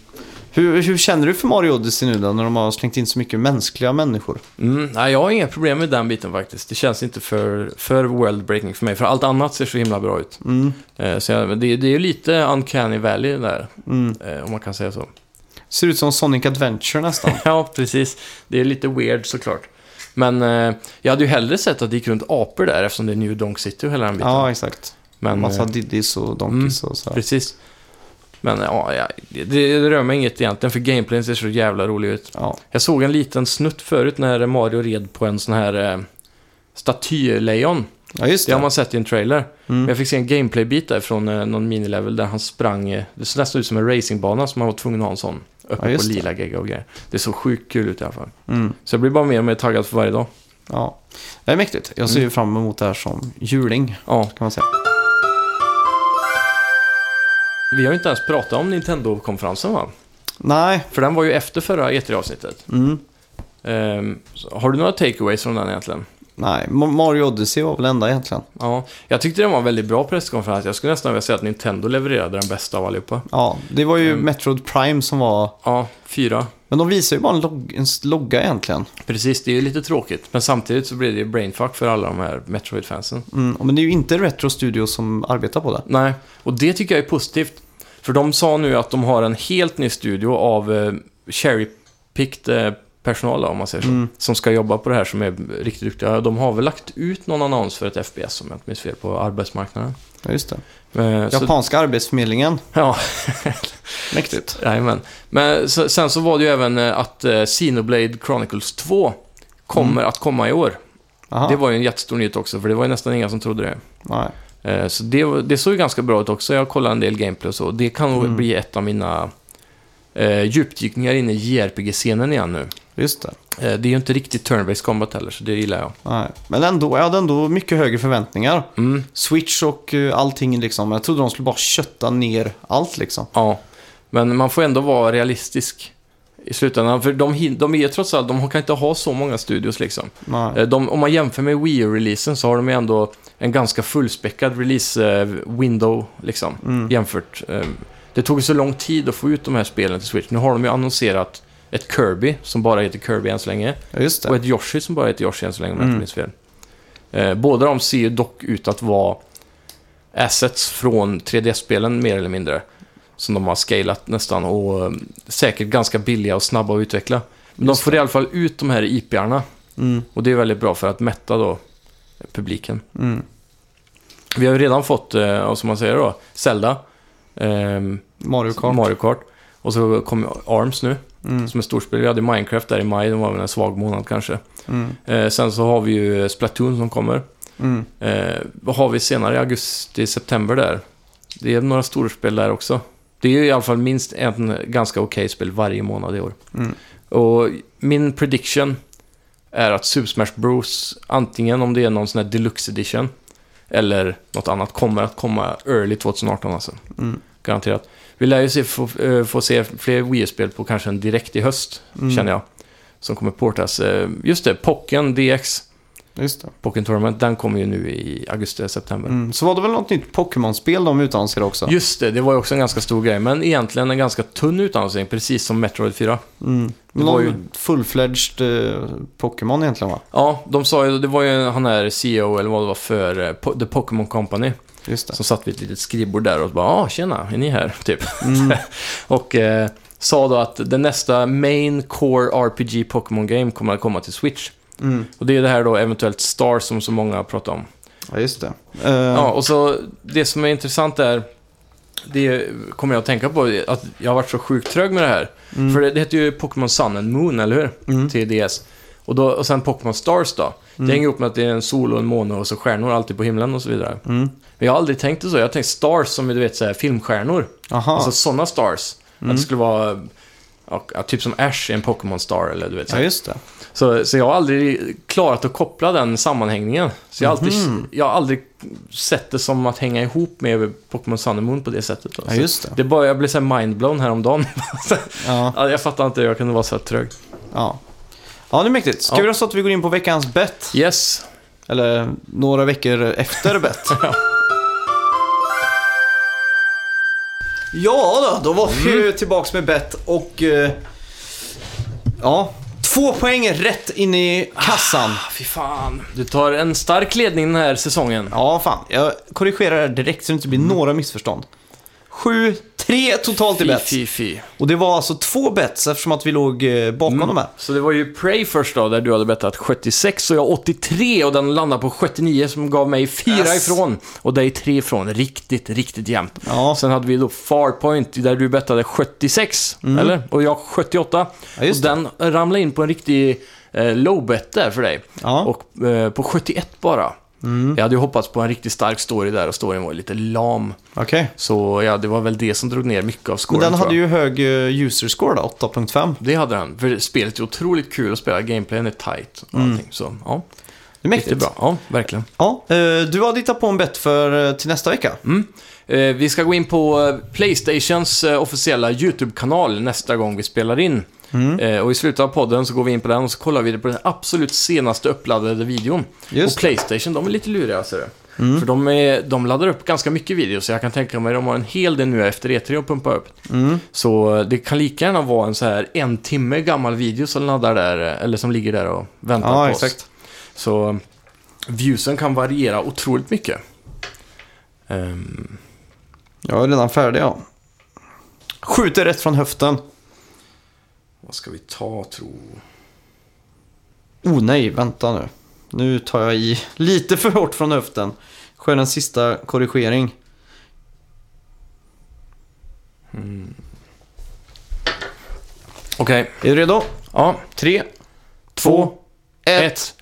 Speaker 2: Hur, hur känner du för Mario Odyssey nu då, när de har slängt in så mycket mänskliga människor?
Speaker 1: Mm, nej, jag har inga problem med den biten faktiskt. Det känns inte för, för world breaking för mig, för allt annat ser så himla bra ut.
Speaker 2: Mm.
Speaker 1: Eh, så jag, det, det är ju lite uncanny valley där,
Speaker 2: Mm.
Speaker 1: eh, om man kan säga så. [laughs]
Speaker 2: Ser ut som Sonic Adventure nästan.
Speaker 1: ja, precis. Det är lite weird såklart. Men eh, jag hade ju hellre sett att det gick runt apor där eftersom det är New Donk City och hela den biten.
Speaker 2: Ja, exakt.
Speaker 1: Men,
Speaker 2: Massa
Speaker 1: eh,
Speaker 2: Diddys och Donkeys och så. här.
Speaker 1: precis. Men ja, ja, det, det rör mig inget egentligen för gameplayen ser så jävla rolig ut.
Speaker 2: Ja.
Speaker 1: Jag såg en liten snutt förut när Mario red på en sån här eh, statylejon.
Speaker 2: ja, just
Speaker 1: Det har
Speaker 2: det.
Speaker 1: man sett i en trailer. Men
Speaker 2: Mm.
Speaker 1: jag fick se en gameplay-bit där från eh, någon minilevel där han sprang. Eh, det såg nästan ut som en racingbana som man var tvungen att ha en sån. Uppe
Speaker 2: Ja, just
Speaker 1: på
Speaker 2: det.
Speaker 1: lila gegga och grejer. Det såg sjukt kul ut i alla fall.
Speaker 2: Mm.
Speaker 1: Så jag blir bara mer och mer taggad för varje dag.
Speaker 2: Ja. Det är mäktigt. Jag
Speaker 1: Mm.
Speaker 2: ser ju fram emot det här som juling,
Speaker 1: Ja,
Speaker 2: kan man säga.
Speaker 1: vi har ju inte ens pratat om Nintendo-konferensen va?
Speaker 2: Nej.
Speaker 1: För den var ju efter förra E3-avsnittet.
Speaker 2: Mm.
Speaker 1: Ehm, så har du några takeaways från den egentligen?
Speaker 2: Nej, Ma- Mario Odyssey var väl enda egentligen.
Speaker 1: Ja, jag tyckte den var en väldigt bra presskonferens. Jag skulle nästan vilja säga att Nintendo levererade den bästa av allihopa.
Speaker 2: Ja, det var ju
Speaker 1: Mm.
Speaker 2: Metroid Prime som var...
Speaker 1: Ja, fyra.
Speaker 2: Men de visar ju bara en, log- en s- logga egentligen.
Speaker 1: Precis, det är ju lite tråkigt. Men samtidigt så blir det ju brainfuck för alla de här Metroid-fansen.
Speaker 2: Mm. Men det är ju inte Retro Studios som arbetar på det.
Speaker 1: Nej, och det tycker jag är positivt. För de sa nu att de har en helt ny studio av eh, cherry-picked eh, personal, då, om man säger så.
Speaker 2: Mm.
Speaker 1: Som ska jobba på det här som är riktigt duktiga. De har väl lagt ut någon annons för ett FPS, om jag inte minns fel, på arbetsmarknaden.
Speaker 2: Ja, just det.
Speaker 1: Eh, så,
Speaker 2: Japanska arbetsförmedlingen.
Speaker 1: [laughs] ja,
Speaker 2: Mäktigt.
Speaker 1: Jajamän. Men så, sen så var det ju även eh, att eh, Xenoblade Chronicles 2 kommer att komma i år.
Speaker 2: Aha.
Speaker 1: Det var ju en jättestor nyhet också, för det var ju nästan inga som trodde det.
Speaker 2: Nej.
Speaker 1: Eh, Så det, var- det såg ju ganska bra ut också. Jag kollade en del gameplay och så. Det kan nog
Speaker 2: Mm.
Speaker 1: bli ett av mina eh, djupdykningar inne i JRPG-scenen igen nu.
Speaker 2: Just det.
Speaker 1: Eh, det är ju inte riktigt turn-based combat heller, så det gillar jag.
Speaker 2: Nej. Men ändå, jag hade ändå mycket högre förväntningar.
Speaker 1: Mm.
Speaker 2: Switch och eh, allting liksom. Jag trodde de skulle bara kötta ner allt liksom.
Speaker 1: Ja, men man får ändå vara realistisk i slutändan. För de, hin- de är ju trots allt, de kan inte ha så många studios liksom.
Speaker 2: Nej.
Speaker 1: Eh, De, om man jämför med Wii U-releasen så har de ju ändå en ganska fullspäckad release-window liksom,
Speaker 2: Mm.
Speaker 1: jämfört. eh, Det tog ju så lång tid att få ut de här spelen till Switch. Nu har de ju annonserat ett Kirby som bara heter Kirby än så länge
Speaker 2: Ja, just
Speaker 1: och
Speaker 2: det.
Speaker 1: ett Yoshi som bara heter Yoshi än så länge om jag inte
Speaker 2: Mm.
Speaker 1: minns fel. Eh, Båda de ser ju dock ut att vara assets från 3D-spelen mer eller mindre. Som de har scalat nästan och eh, säkert ganska billiga och snabba att utveckla. Men de
Speaker 2: Just
Speaker 1: får i alla fall ut de här IP-arna
Speaker 2: Mm.
Speaker 1: och det är väldigt bra för att mätta då publiken.
Speaker 2: Mm.
Speaker 1: Vi har ju redan fått, eh, ja, som man säger då, Zelda, ehm,
Speaker 2: Mario Kart.
Speaker 1: Mario Kart och så kommer Arms nu
Speaker 2: Mm.
Speaker 1: som är storspel. Vi hade Minecraft där i maj, det var väl en svag månad kanske.
Speaker 2: Mm.
Speaker 1: Eh, sen så har vi ju Splatoon som kommer.
Speaker 2: Mm.
Speaker 1: Eh, vad har vi senare i augusti, september där? Det är några storspel där också. Det är ju i alla fall minst en ganska okej spel varje månad i år.
Speaker 2: Mm.
Speaker 1: Och min prediction är att Super Smash Bros, antingen om det är någon sån här deluxe edition eller något annat, kommer att komma early 2018 alltså.
Speaker 2: Mm.
Speaker 1: Garanterat. Vi lär ju se, få, eh, få se fler Wii-spel på kanske en direkt i höst,
Speaker 2: Mm.
Speaker 1: känner jag. Som kommer portas. Eh, Just det, Pocken DX,
Speaker 2: Just det.
Speaker 1: Pocken Tournament, den kommer ju nu i augusti, september.
Speaker 2: Mm. Så var det väl något nytt Pokémon-spel de utannonserade också?
Speaker 1: Just det, det var ju också en ganska stor grej, men egentligen en ganska tunn utannonsering, precis som Metroid 4.
Speaker 2: Mm.
Speaker 1: Det
Speaker 2: Men
Speaker 1: var
Speaker 2: någon
Speaker 1: ju-
Speaker 2: full-fledged eh, Pokémon egentligen va?
Speaker 1: Ja, de sa ju, det var ju han här CEO eller vad det var för eh, Po- The Pokémon Company
Speaker 2: Just det.
Speaker 1: som satt vid ett litet skrivbord där och bara ah, tjena, är ni här?” typ. [laughs] och eh, sa då att det nästa main core RPG Pokémon Game kommer att komma till Switch.
Speaker 2: Mm.
Speaker 1: Och det är det här då eventuellt Star som så många pratar om.
Speaker 2: Ja, just det.
Speaker 1: Ja,
Speaker 2: ja.
Speaker 1: och så det som är intressant är, det kommer jag att tänka på, att jag har varit så sjukt trög med det här.
Speaker 2: Mm.
Speaker 1: För det, det heter ju Pokémon Sun and Moon, eller hur?
Speaker 2: Mm.
Speaker 1: Till DS. Och, då, och sen Pokémon Stars då. Det hänger ihop med att det är en sol och en måne och så stjärnor alltid på himlen och så vidare.
Speaker 2: Mm.
Speaker 1: Men jag har aldrig tänkt det så. Jag har tänkt stars som du vet så här, filmstjärnor.
Speaker 2: Aha. Mm.
Speaker 1: Alltså sådana stars. Att det skulle vara ja, typ som Ash i en Pokémon Star eller du vet. Så,
Speaker 2: ja,
Speaker 1: här.
Speaker 2: just det.
Speaker 1: så, så jag har aldrig klarat att koppla den sammanhängningen. Så jag har, alltid,
Speaker 2: Mhm.
Speaker 1: jag har aldrig sett det som att hänga ihop med Pokémon Sun and Moon på det sättet. Då.
Speaker 2: Ja,
Speaker 1: Så
Speaker 2: just det.
Speaker 1: det är bara, jag blev så här mindblown häromdagen.
Speaker 2: Ja.
Speaker 1: [laughs] Ja, jag fattar inte hur jag kunde vara så här trög.
Speaker 2: Ja. Ja, det är mäktigt. Ska
Speaker 1: Ja.
Speaker 2: vi göra så att vi går in på veckans bett?
Speaker 1: Yes.
Speaker 2: Eller några veckor efter [laughs] bett?
Speaker 1: Ja.
Speaker 2: ja då, då var vi ju tillbaks med bett och... eh, ja, två poäng rätt in i kassan.
Speaker 1: Ah, Fy fan. Du tar en stark ledning den här säsongen.
Speaker 2: Ja, fan. Jag korrigerar det här direkt så det inte blir några missförstånd. 7-3 Tre totalt i
Speaker 1: Mm. Fy,
Speaker 2: bets.
Speaker 1: fy, fy.
Speaker 2: Och det var alltså två bets eftersom att vi låg eh, bakom
Speaker 1: Mm.
Speaker 2: de här.
Speaker 1: Så det var ju Prey först då, där du hade bettat 76 och jag 83 och den landade på 79 som gav mig fyra
Speaker 2: Yes.
Speaker 1: ifrån och dig tre ifrån. Riktigt, riktigt jämnt.
Speaker 2: Ja.
Speaker 1: Sen hade vi då Farpoint där du bettade 76, eller? Och jag 78.
Speaker 2: Mm. Ja,
Speaker 1: och
Speaker 2: just
Speaker 1: den ramlade in på en riktig eh, low bet där för dig.
Speaker 2: Ja. Mm.
Speaker 1: Och eh, på 71 bara. Jag hade ju hoppats på en riktigt stark story där och storyn var ju lite lam.
Speaker 2: Okej.
Speaker 1: Så ja, det var väl det som drog ner mycket av
Speaker 2: Men
Speaker 1: scoren
Speaker 2: den
Speaker 1: tror jag.
Speaker 2: hade ju hög eh, user score då, 8.5.
Speaker 1: Det hade han. För spelet är otroligt kul att spela. Gameplayen är tight och allting. Så ja, det är
Speaker 2: Det är Mm. mäktigt.
Speaker 1: bra. Ja, verkligen.
Speaker 2: Ja, eh, du hade hittat på en bet för eh, till nästa vecka.
Speaker 1: Eh, vi ska gå in på eh, Playstations eh, officiella YouTube-kanal nästa gång vi spelar in.
Speaker 2: Mm.
Speaker 1: Eh, och i slutet av podden så går vi in på den och så kollar vi på den absolut senaste uppladdade videon.
Speaker 2: Just Mm.
Speaker 1: och Playstation, de är lite luriga ser du. För de, är, de laddar upp ganska mycket videos, så jag kan tänka mig att de har en hel del nu efter E3 att pumpa upp.
Speaker 2: Mm.
Speaker 1: Så eh, det kan lika gärna vara en så här en timme gammal video som laddar där, eh, eller som ligger där och väntar
Speaker 2: Ja,
Speaker 1: på oss.
Speaker 2: exakt.
Speaker 1: Så eh, viewsen kan variera otroligt mycket. Ehm,
Speaker 2: Jag är redan färdig ja. Skjuter rätt från höften.
Speaker 1: Vad ska vi ta, tro?
Speaker 2: Oh nej, vänta nu. Nu tar jag i lite för hårt från höften. Sker en sista korrigering.
Speaker 1: Okej.
Speaker 2: Är du redo?
Speaker 1: Ja.
Speaker 2: Tre,
Speaker 1: Två,
Speaker 2: två, ett.
Speaker 1: ett,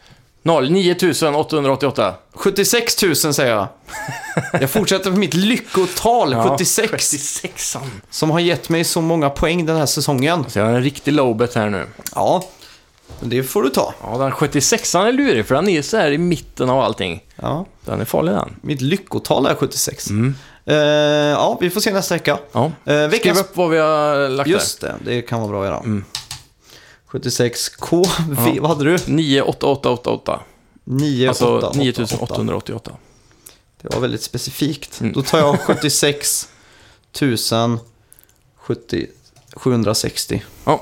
Speaker 1: noll. 9888.
Speaker 2: 76 000 säger jag. Jag fortsätter med mitt lyckotal
Speaker 1: Ja,
Speaker 2: 76
Speaker 1: 76an.
Speaker 2: som har gett mig så många poäng den här säsongen.
Speaker 1: Så jag har en riktig lowbet här nu.
Speaker 2: Ja, men det får du ta.
Speaker 1: Ja, den 76an är lurig för den är så här i mitten av allting.
Speaker 2: Ja,
Speaker 1: Den är farlig den.
Speaker 2: mitt lyckotal är 76. Eh, ja, vi får se nästa vecka.
Speaker 1: Ja.
Speaker 2: Eh,
Speaker 1: Skriv
Speaker 2: veckans...
Speaker 1: upp vad vi har lagt
Speaker 2: Just det, Mm. det kan vara bra att göra. 76K, V- vad hade du?
Speaker 1: där. 98888.
Speaker 2: 9
Speaker 1: Alltså
Speaker 2: 8,
Speaker 1: 9888.
Speaker 2: Det var väldigt specifikt. Då tar jag 76 000 70, 760.
Speaker 1: Ja.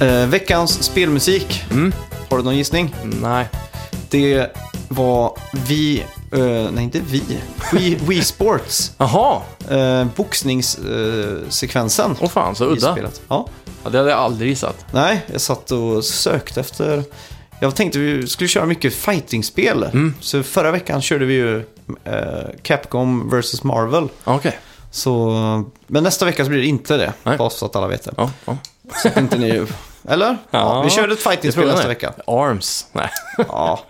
Speaker 2: Eh, veckans spelmusik. Har du någon gissning?
Speaker 1: Nej.
Speaker 2: Det var vi, eh, nej inte vi, We, we Sports.
Speaker 1: Jaha.
Speaker 2: Eh, Boxningssekvensen.
Speaker 1: Åh fan, så
Speaker 2: i
Speaker 1: udda.
Speaker 2: spelet. Ja.
Speaker 1: Ja, det hade jag aldrig gissat.
Speaker 2: Nej, jag satt och sökte efter... Jag tänkte vi skulle köra mycket fightingspel.
Speaker 1: Mm.
Speaker 2: Så förra veckan körde vi ju eh, Capcom vs Marvel.
Speaker 1: Okej.
Speaker 2: Så, men nästa vecka så blir det inte det.
Speaker 1: Nej.
Speaker 2: Bara så att alla vet det.
Speaker 1: Ja, ja.
Speaker 2: Så att
Speaker 1: [laughs]
Speaker 2: inte ni... Eller? Ja. vi körde ett
Speaker 1: Det
Speaker 2: fightingspel
Speaker 1: tror jag
Speaker 2: nästa
Speaker 1: med. [laughs]
Speaker 2: vecka.
Speaker 1: Arms. Nej.
Speaker 2: Ja.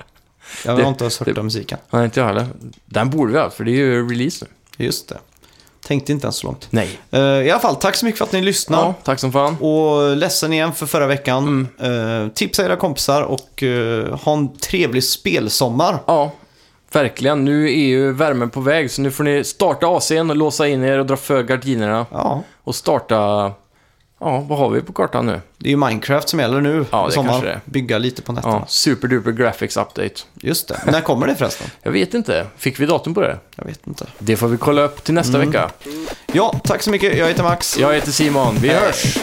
Speaker 2: Jag har
Speaker 1: Det-
Speaker 2: inte ens hört den musiken.
Speaker 1: Nej, inte jag heller. Den borde vi ha, för det är ju release nu.
Speaker 2: Just det. Tänkte inte ens så långt.
Speaker 1: Nej.
Speaker 2: Eh, I alla fall, tack så mycket för att ni lyssnade.
Speaker 1: Ja, tack som fan.
Speaker 2: Och ledsen igen för förra veckan.
Speaker 1: Mm.
Speaker 2: Eh, tipsa era kompisar och eh, ha en trevlig spelsommar.
Speaker 1: Ja, verkligen. Nu är ju värmen på väg, så nu får ni starta AC'n och låsa in er och dra för gardinerna.
Speaker 2: Ja,
Speaker 1: Och starta... Ja, vad har vi på kartan nu?
Speaker 2: det är ju Minecraft som gäller nu.
Speaker 1: Ja,
Speaker 2: i
Speaker 1: det kanske det är.
Speaker 2: Bygga lite på nätterna.
Speaker 1: Ja, superduper graphics update.
Speaker 2: Just det. När kommer det förresten?
Speaker 1: Jag vet inte. Fick vi datum på det? Mm.
Speaker 2: Jag vet inte.
Speaker 1: Det får vi kolla upp till nästa vecka.
Speaker 2: Ja, tack så mycket. Jag heter Max.
Speaker 1: Jag heter Simon. Vi hörs!